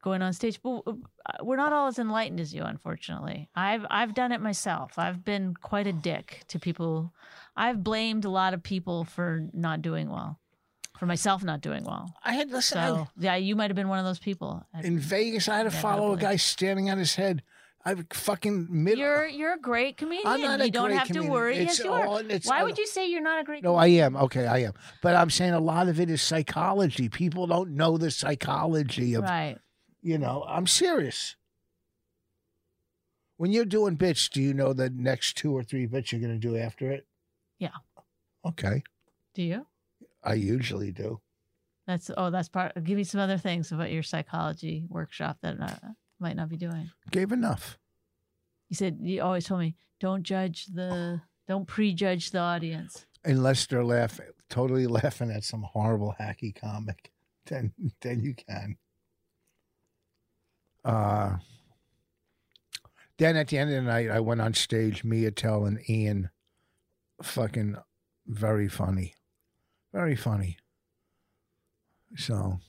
Speaker 1: going on stage. But uh, we're not all as enlightened as you, unfortunately. I've I've done it myself. I've been quite a dick to people. I've blamed a lot of people for not doing well, for myself not doing well.
Speaker 2: I had, listen,
Speaker 1: So yeah, you might have been one of those people.
Speaker 2: I, in Vegas, I had to follow a
Speaker 1: Inevitably.
Speaker 2: guy standing on his head. I would fucking mid.
Speaker 1: You're you're a great comedian.
Speaker 2: I'm not a
Speaker 1: you don't
Speaker 2: great
Speaker 1: have
Speaker 2: comedian.
Speaker 1: to worry.
Speaker 2: It's
Speaker 1: yes, you are.
Speaker 2: all- it's
Speaker 1: Why
Speaker 2: all-
Speaker 1: would you say you're not a great?
Speaker 2: no, I am. Okay, I am. But I'm saying a lot of it is psychology. People don't know the psychology of,
Speaker 1: right?
Speaker 2: you know, I'm serious. When you're doing bits, do you know the next two or three bits you're going to do after it?
Speaker 1: Yeah.
Speaker 2: Okay.
Speaker 1: Do you?
Speaker 2: I usually do.
Speaker 1: That's oh, that's part. Give me some other things about your psychology workshop that I might not be doing.
Speaker 2: Gave enough.
Speaker 1: You said you always told me don't judge the, don't prejudge the audience.
Speaker 2: Unless they're laughing, totally laughing at some horrible hacky comic, then then you can. Uh, then at the end of the night, I went on stage. Mia Tell and Ian, fucking, very funny, very funny. So,
Speaker 1: How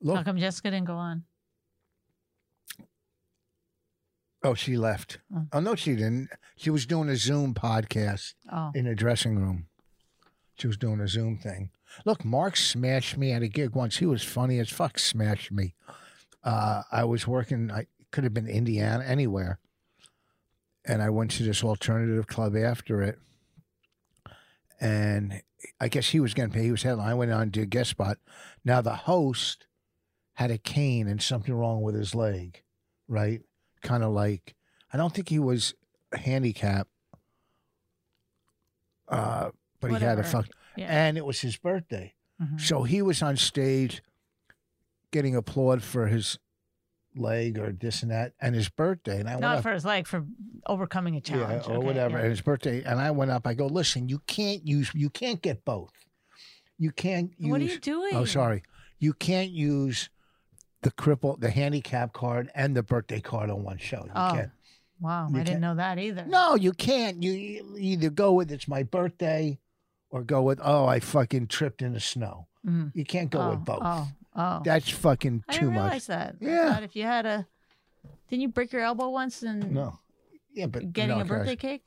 Speaker 2: look, Oh.
Speaker 1: come Jessica didn't go on?
Speaker 2: Oh, she left.
Speaker 1: Oh.
Speaker 2: Oh, no, she didn't. She was doing a Zoom podcast
Speaker 1: Oh,
Speaker 2: in a dressing room. She was doing a Zoom thing. Look, Mark smashed me at a gig once. He was funny as fuck, smashed me. Uh, I was working, I could have been Indiana, anywhere. And I went to this alternative club after it. And I guess he was getting paid. He was headline. I went on to a guest spot. Now, the host had a cane and something wrong with his leg, right? Kind of like, I don't think he was handicapped, uh, but he had a
Speaker 1: Whatever.
Speaker 2: fuck Eh,
Speaker 1: yeah.
Speaker 2: and it was his birthday.
Speaker 1: Mhm.
Speaker 2: So he was on stage getting applaud for his leg or this and that and his birthday. And I went
Speaker 1: Not
Speaker 2: up,
Speaker 1: for his leg, for overcoming a
Speaker 2: yeah,
Speaker 1: challenge.
Speaker 2: or
Speaker 1: Okay,
Speaker 2: whatever,
Speaker 1: yeah.
Speaker 2: and his birthday. And I went up, I go, listen, you can't use, you can't get both. You can't use.
Speaker 1: What are you doing?
Speaker 2: Oh, sorry. You can't use the cripple, the handicap card and the birthday card on one show. You
Speaker 1: Oh,
Speaker 2: can't.
Speaker 1: wow.
Speaker 2: You
Speaker 1: I
Speaker 2: can't-
Speaker 1: didn't know that either.
Speaker 2: No, you can't. You- You either go with it's my birthday or go with, oh, I fucking tripped in the snow.
Speaker 1: Mm.
Speaker 2: You can't go
Speaker 1: oh,
Speaker 2: with both.
Speaker 1: Oh, oh.
Speaker 2: That's fucking
Speaker 1: I
Speaker 2: too
Speaker 1: didn't
Speaker 2: much.
Speaker 1: realize that. I
Speaker 2: Yeah.
Speaker 1: thought if you had a, didn't you break your elbow once and
Speaker 2: No. Yeah, but
Speaker 1: getting
Speaker 2: no,
Speaker 1: a birthday
Speaker 2: guys.
Speaker 1: cake?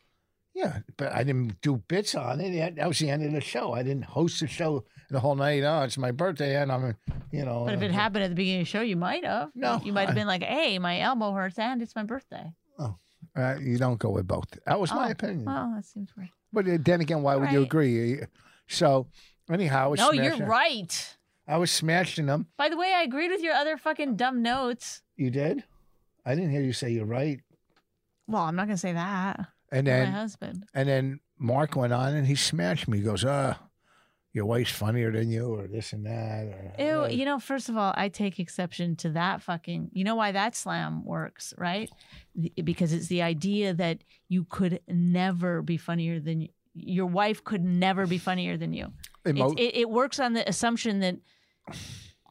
Speaker 2: Yeah, but I didn't do bits on it. Yeah, That was the end of the show. I didn't host the show the whole night. Oh, it's my birthday, and I'm, you know.
Speaker 1: But if it
Speaker 2: uh,
Speaker 1: happened at the beginning of the show, you might have.
Speaker 2: No,
Speaker 1: You might
Speaker 2: I-
Speaker 1: have been like, hey, my elbow hurts and it's my birthday.
Speaker 2: uh, you don't go with both. That was my
Speaker 1: Oh,
Speaker 2: opinion.
Speaker 1: Well, that seems right.
Speaker 2: but uh, then again, why would you
Speaker 1: Right.
Speaker 2: agree? You- So, anyhow, I was
Speaker 1: No,
Speaker 2: smashing,
Speaker 1: you're right.
Speaker 2: I was smashing them.
Speaker 1: By the way, I agreed with your other fucking dumb notes.
Speaker 2: You did? I didn't hear you say you're right.
Speaker 1: Well, I'm not going to say that.
Speaker 2: And
Speaker 1: to
Speaker 2: then
Speaker 1: my husband.
Speaker 2: And then Mark went on and he smashed me. He goes, uh, your wife's funnier than you, or this and that. Or, uh,
Speaker 1: Ew, you know, first of all, I take exception to that fucking. You know why that slam works, right? The- Because it's the idea that you could never be funnier than your wife could never be funnier than you.
Speaker 2: Emo-
Speaker 1: It's- it, it works on the assumption that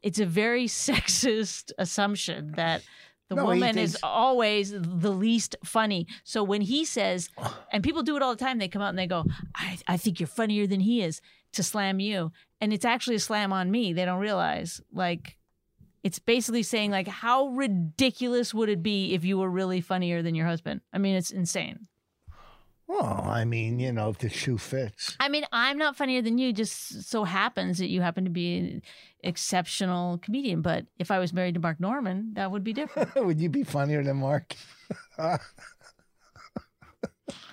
Speaker 1: it's a very sexist assumption that the
Speaker 2: No, he
Speaker 1: woman is
Speaker 2: thinks-
Speaker 1: always the least funny. So when he says, and people do it all the time, they come out and they go, I, I think you're funnier than he is to slam you. And it's actually a slam on me. They don't realize. Like, it's basically saying, like, how ridiculous would it be if you were really funnier than your husband? I mean, it's insane.
Speaker 2: well, I mean, you know, if the shoe fits.
Speaker 1: I mean, I'm not funnier than you. Just so happens that you happen to be an exceptional comedian. But if I was married to Mark Norman, that would be different.
Speaker 2: would you be funnier than Mark?
Speaker 1: I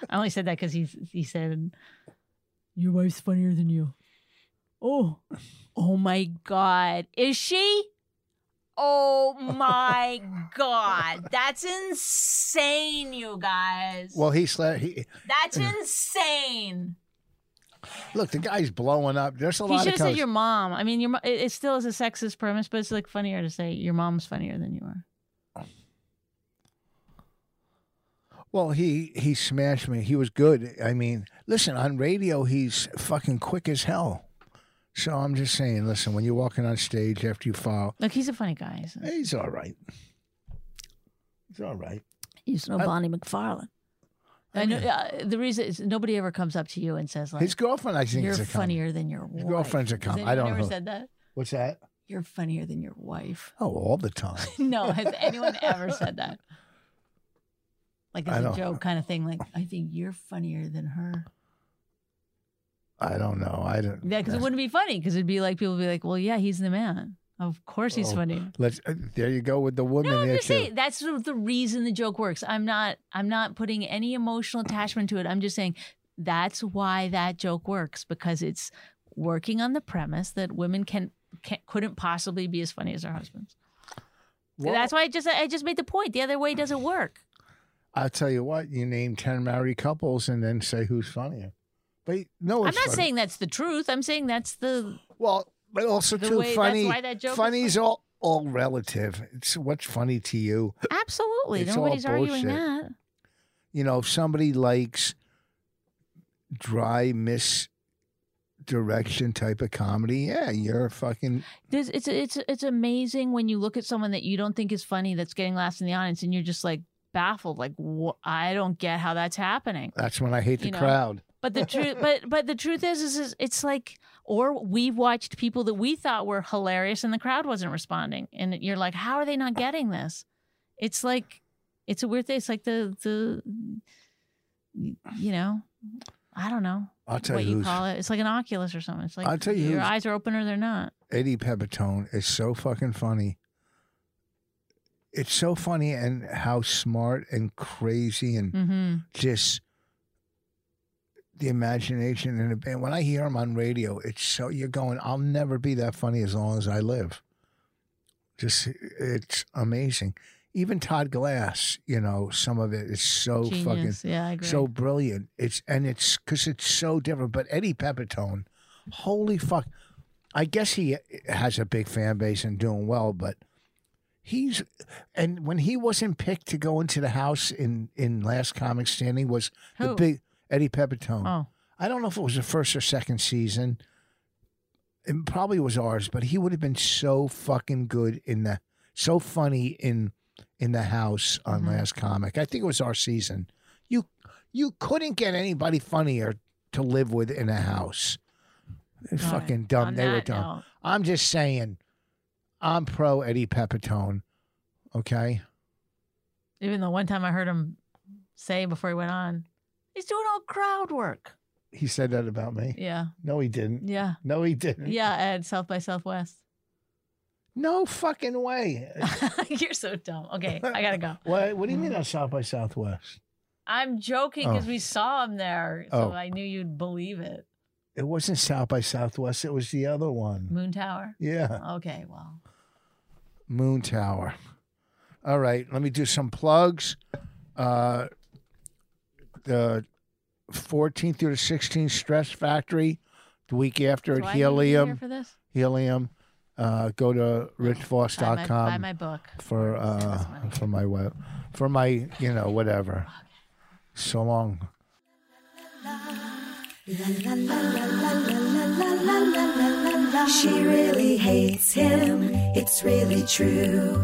Speaker 1: only said that because he he said your wife's funnier than you. Oh, oh my God, is she? Oh my God, that's insane, you guys.
Speaker 2: Well, he sla- he
Speaker 1: that's insane.
Speaker 2: look. The guy's blowing up. There's a
Speaker 1: He should
Speaker 2: lot of
Speaker 1: have said
Speaker 2: coaches.
Speaker 1: your mom. I mean, your mo- it, it still is a sexist premise, but it's like funnier to say your mom's funnier than you are.
Speaker 2: well, he he smashed me. He was good. I mean, listen, on radio, he's fucking quick as hell. So I'm just saying, listen, when you're walking on stage after you foul,
Speaker 1: Like he's a funny guy. So.
Speaker 2: he's all right. He's all right.
Speaker 1: You know
Speaker 2: I- Oh,
Speaker 1: Bonnie McFarlane. I, know uh, the reason is nobody ever comes up to you and says like
Speaker 2: His girlfriend, I think,
Speaker 1: you're
Speaker 2: is a funnier.
Speaker 1: funnier than your wife.
Speaker 2: girlfriend's a
Speaker 1: Has
Speaker 2: cum. I
Speaker 1: anyone
Speaker 2: don't
Speaker 1: ever
Speaker 2: know.
Speaker 1: said that.
Speaker 2: What's that?
Speaker 1: You're funnier than your wife.
Speaker 2: Oh, all the time.
Speaker 1: no, has anyone ever said that? Like
Speaker 2: I
Speaker 1: as a
Speaker 2: don't-
Speaker 1: joke kind of thing. Like I think you're funnier than her.
Speaker 2: I don't know. I don't.
Speaker 1: Yeah, because it wouldn't be funny. Because it'd be like people would be like, well, yeah, he's the man. Of course he's
Speaker 2: Oh,
Speaker 1: funny.
Speaker 2: Let's. uh, There you go with the woman
Speaker 1: No, I'm
Speaker 2: there
Speaker 1: just
Speaker 2: too.
Speaker 1: saying that's sort of the reason the joke works. I'm not I'm not putting any emotional attachment to it. I'm just saying that's why that joke works because it's working on the premise that women can, can couldn't possibly be as funny as their husbands.
Speaker 2: Well,
Speaker 1: that's why I just I just made the point. The other way doesn't work.
Speaker 2: I'll tell you what. You name ten married couples and then say who's funnier. But no,
Speaker 1: I'm
Speaker 2: one's
Speaker 1: not
Speaker 2: funny.
Speaker 1: saying that's the truth. I'm saying that's the
Speaker 2: Well, but also
Speaker 1: The
Speaker 2: too
Speaker 1: way- that's
Speaker 2: funny.
Speaker 1: why that joke is
Speaker 2: funny's all all relative. It's what's funny to you.
Speaker 1: absolutely
Speaker 2: It's all
Speaker 1: nobody's arguing
Speaker 2: bullshit.
Speaker 1: that.
Speaker 2: You know, if somebody likes dry misdirection type of comedy, yeah, you're fucking.
Speaker 1: There's, it's it's it's amazing when you look at someone that you don't think is funny that's getting laughs in the audience and you're just like baffled like wh- I don't get how that's happening.
Speaker 2: That's when I hate the
Speaker 1: You know.
Speaker 2: crowd.
Speaker 1: But the truth, but but the truth is, is, is it's like, or we watched people that we thought were hilarious, and the crowd wasn't responding, and you're like, how are they not getting this? It's like It's a weird thing. It's like the the you know, I don't know
Speaker 2: I'll tell
Speaker 1: what
Speaker 2: you,
Speaker 1: you
Speaker 2: who's-
Speaker 1: call it. It's like an Oculus or something. It's like
Speaker 2: I'll tell you
Speaker 1: your
Speaker 2: who's-
Speaker 1: eyes are open or they're not.
Speaker 2: Eddie Pepitone is so fucking funny. It's so funny and how smart and crazy and
Speaker 1: Mm-hmm.
Speaker 2: just the imagination and, and when I hear him on radio, it's so you're going, I'll never be that funny as long as I live. Just it's amazing. Even Todd Glass, you know, some of it is so Oh, fucking
Speaker 1: Genius. yeah, I agree.
Speaker 2: so brilliant. It's and it's because it's so different. But Eddie Pepitone, holy fuck! I guess he has a big fan base and doing well, but he's and when he wasn't picked to go into the house in in last comic standing was the
Speaker 1: Who?
Speaker 2: big Eddie Pepitone.
Speaker 1: oh,
Speaker 2: I don't know if it was the first or second season. It probably was ours, but he would have been so fucking good in the so funny in in the house on
Speaker 1: Mhm.
Speaker 2: last comic. I think it was our season. You you couldn't get anybody funnier to live with in a house. They're
Speaker 1: got it.
Speaker 2: fucking dumb.
Speaker 1: On
Speaker 2: they were
Speaker 1: that
Speaker 2: dumb.
Speaker 1: note,
Speaker 2: I'm just saying, I'm pro Eddie Pepitone. Okay.
Speaker 1: even the one time I heard him say before he went on, he's doing all crowd work.
Speaker 2: He said that about me.
Speaker 1: Yeah,
Speaker 2: No, he didn't.
Speaker 1: yeah,
Speaker 2: No, he didn't.
Speaker 1: yeah. At South by Southwest.
Speaker 2: No fucking way.
Speaker 1: You're so dumb. Okay, I gotta go.
Speaker 2: What, what do you
Speaker 1: Mm.
Speaker 2: mean on South by Southwest?
Speaker 1: I'm joking because
Speaker 2: Oh.
Speaker 1: we saw him there, so
Speaker 2: Oh.
Speaker 1: I knew you'd believe it.
Speaker 2: It wasn't South by Southwest. It was the other one.
Speaker 1: Moon Tower.
Speaker 2: Yeah,
Speaker 1: Okay, well,
Speaker 2: Moon Tower. All right, let me do some plugs. Uh, the 14th through the 16th Stress Factory, the week after
Speaker 1: do
Speaker 2: at
Speaker 1: I need to be here
Speaker 2: Helium.
Speaker 1: for this?
Speaker 2: Helium. Uh, go to
Speaker 1: Buy my, buy my
Speaker 2: richvoss.com
Speaker 1: book.
Speaker 2: for
Speaker 1: That's
Speaker 2: uh,
Speaker 1: funny.
Speaker 2: for my web, for my you know whatever. So long.
Speaker 4: She really hates him, it's really true.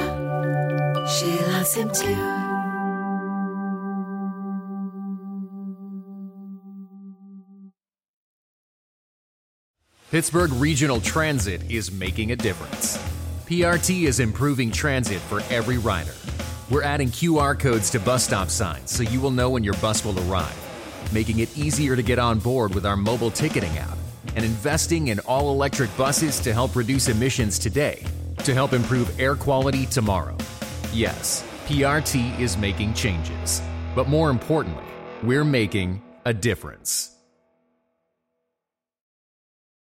Speaker 4: she loves him too.
Speaker 5: Pittsburgh Regional Transit is making a difference. PRT is improving transit for every rider. We're adding QR codes to bus stop signs so you will know when your bus will arrive, making it easier to get on board with our mobile ticketing app, and investing in all electric buses to help reduce emissions today to help improve air quality tomorrow. Yes, PRT is making changes, but more importantly, we're making a difference.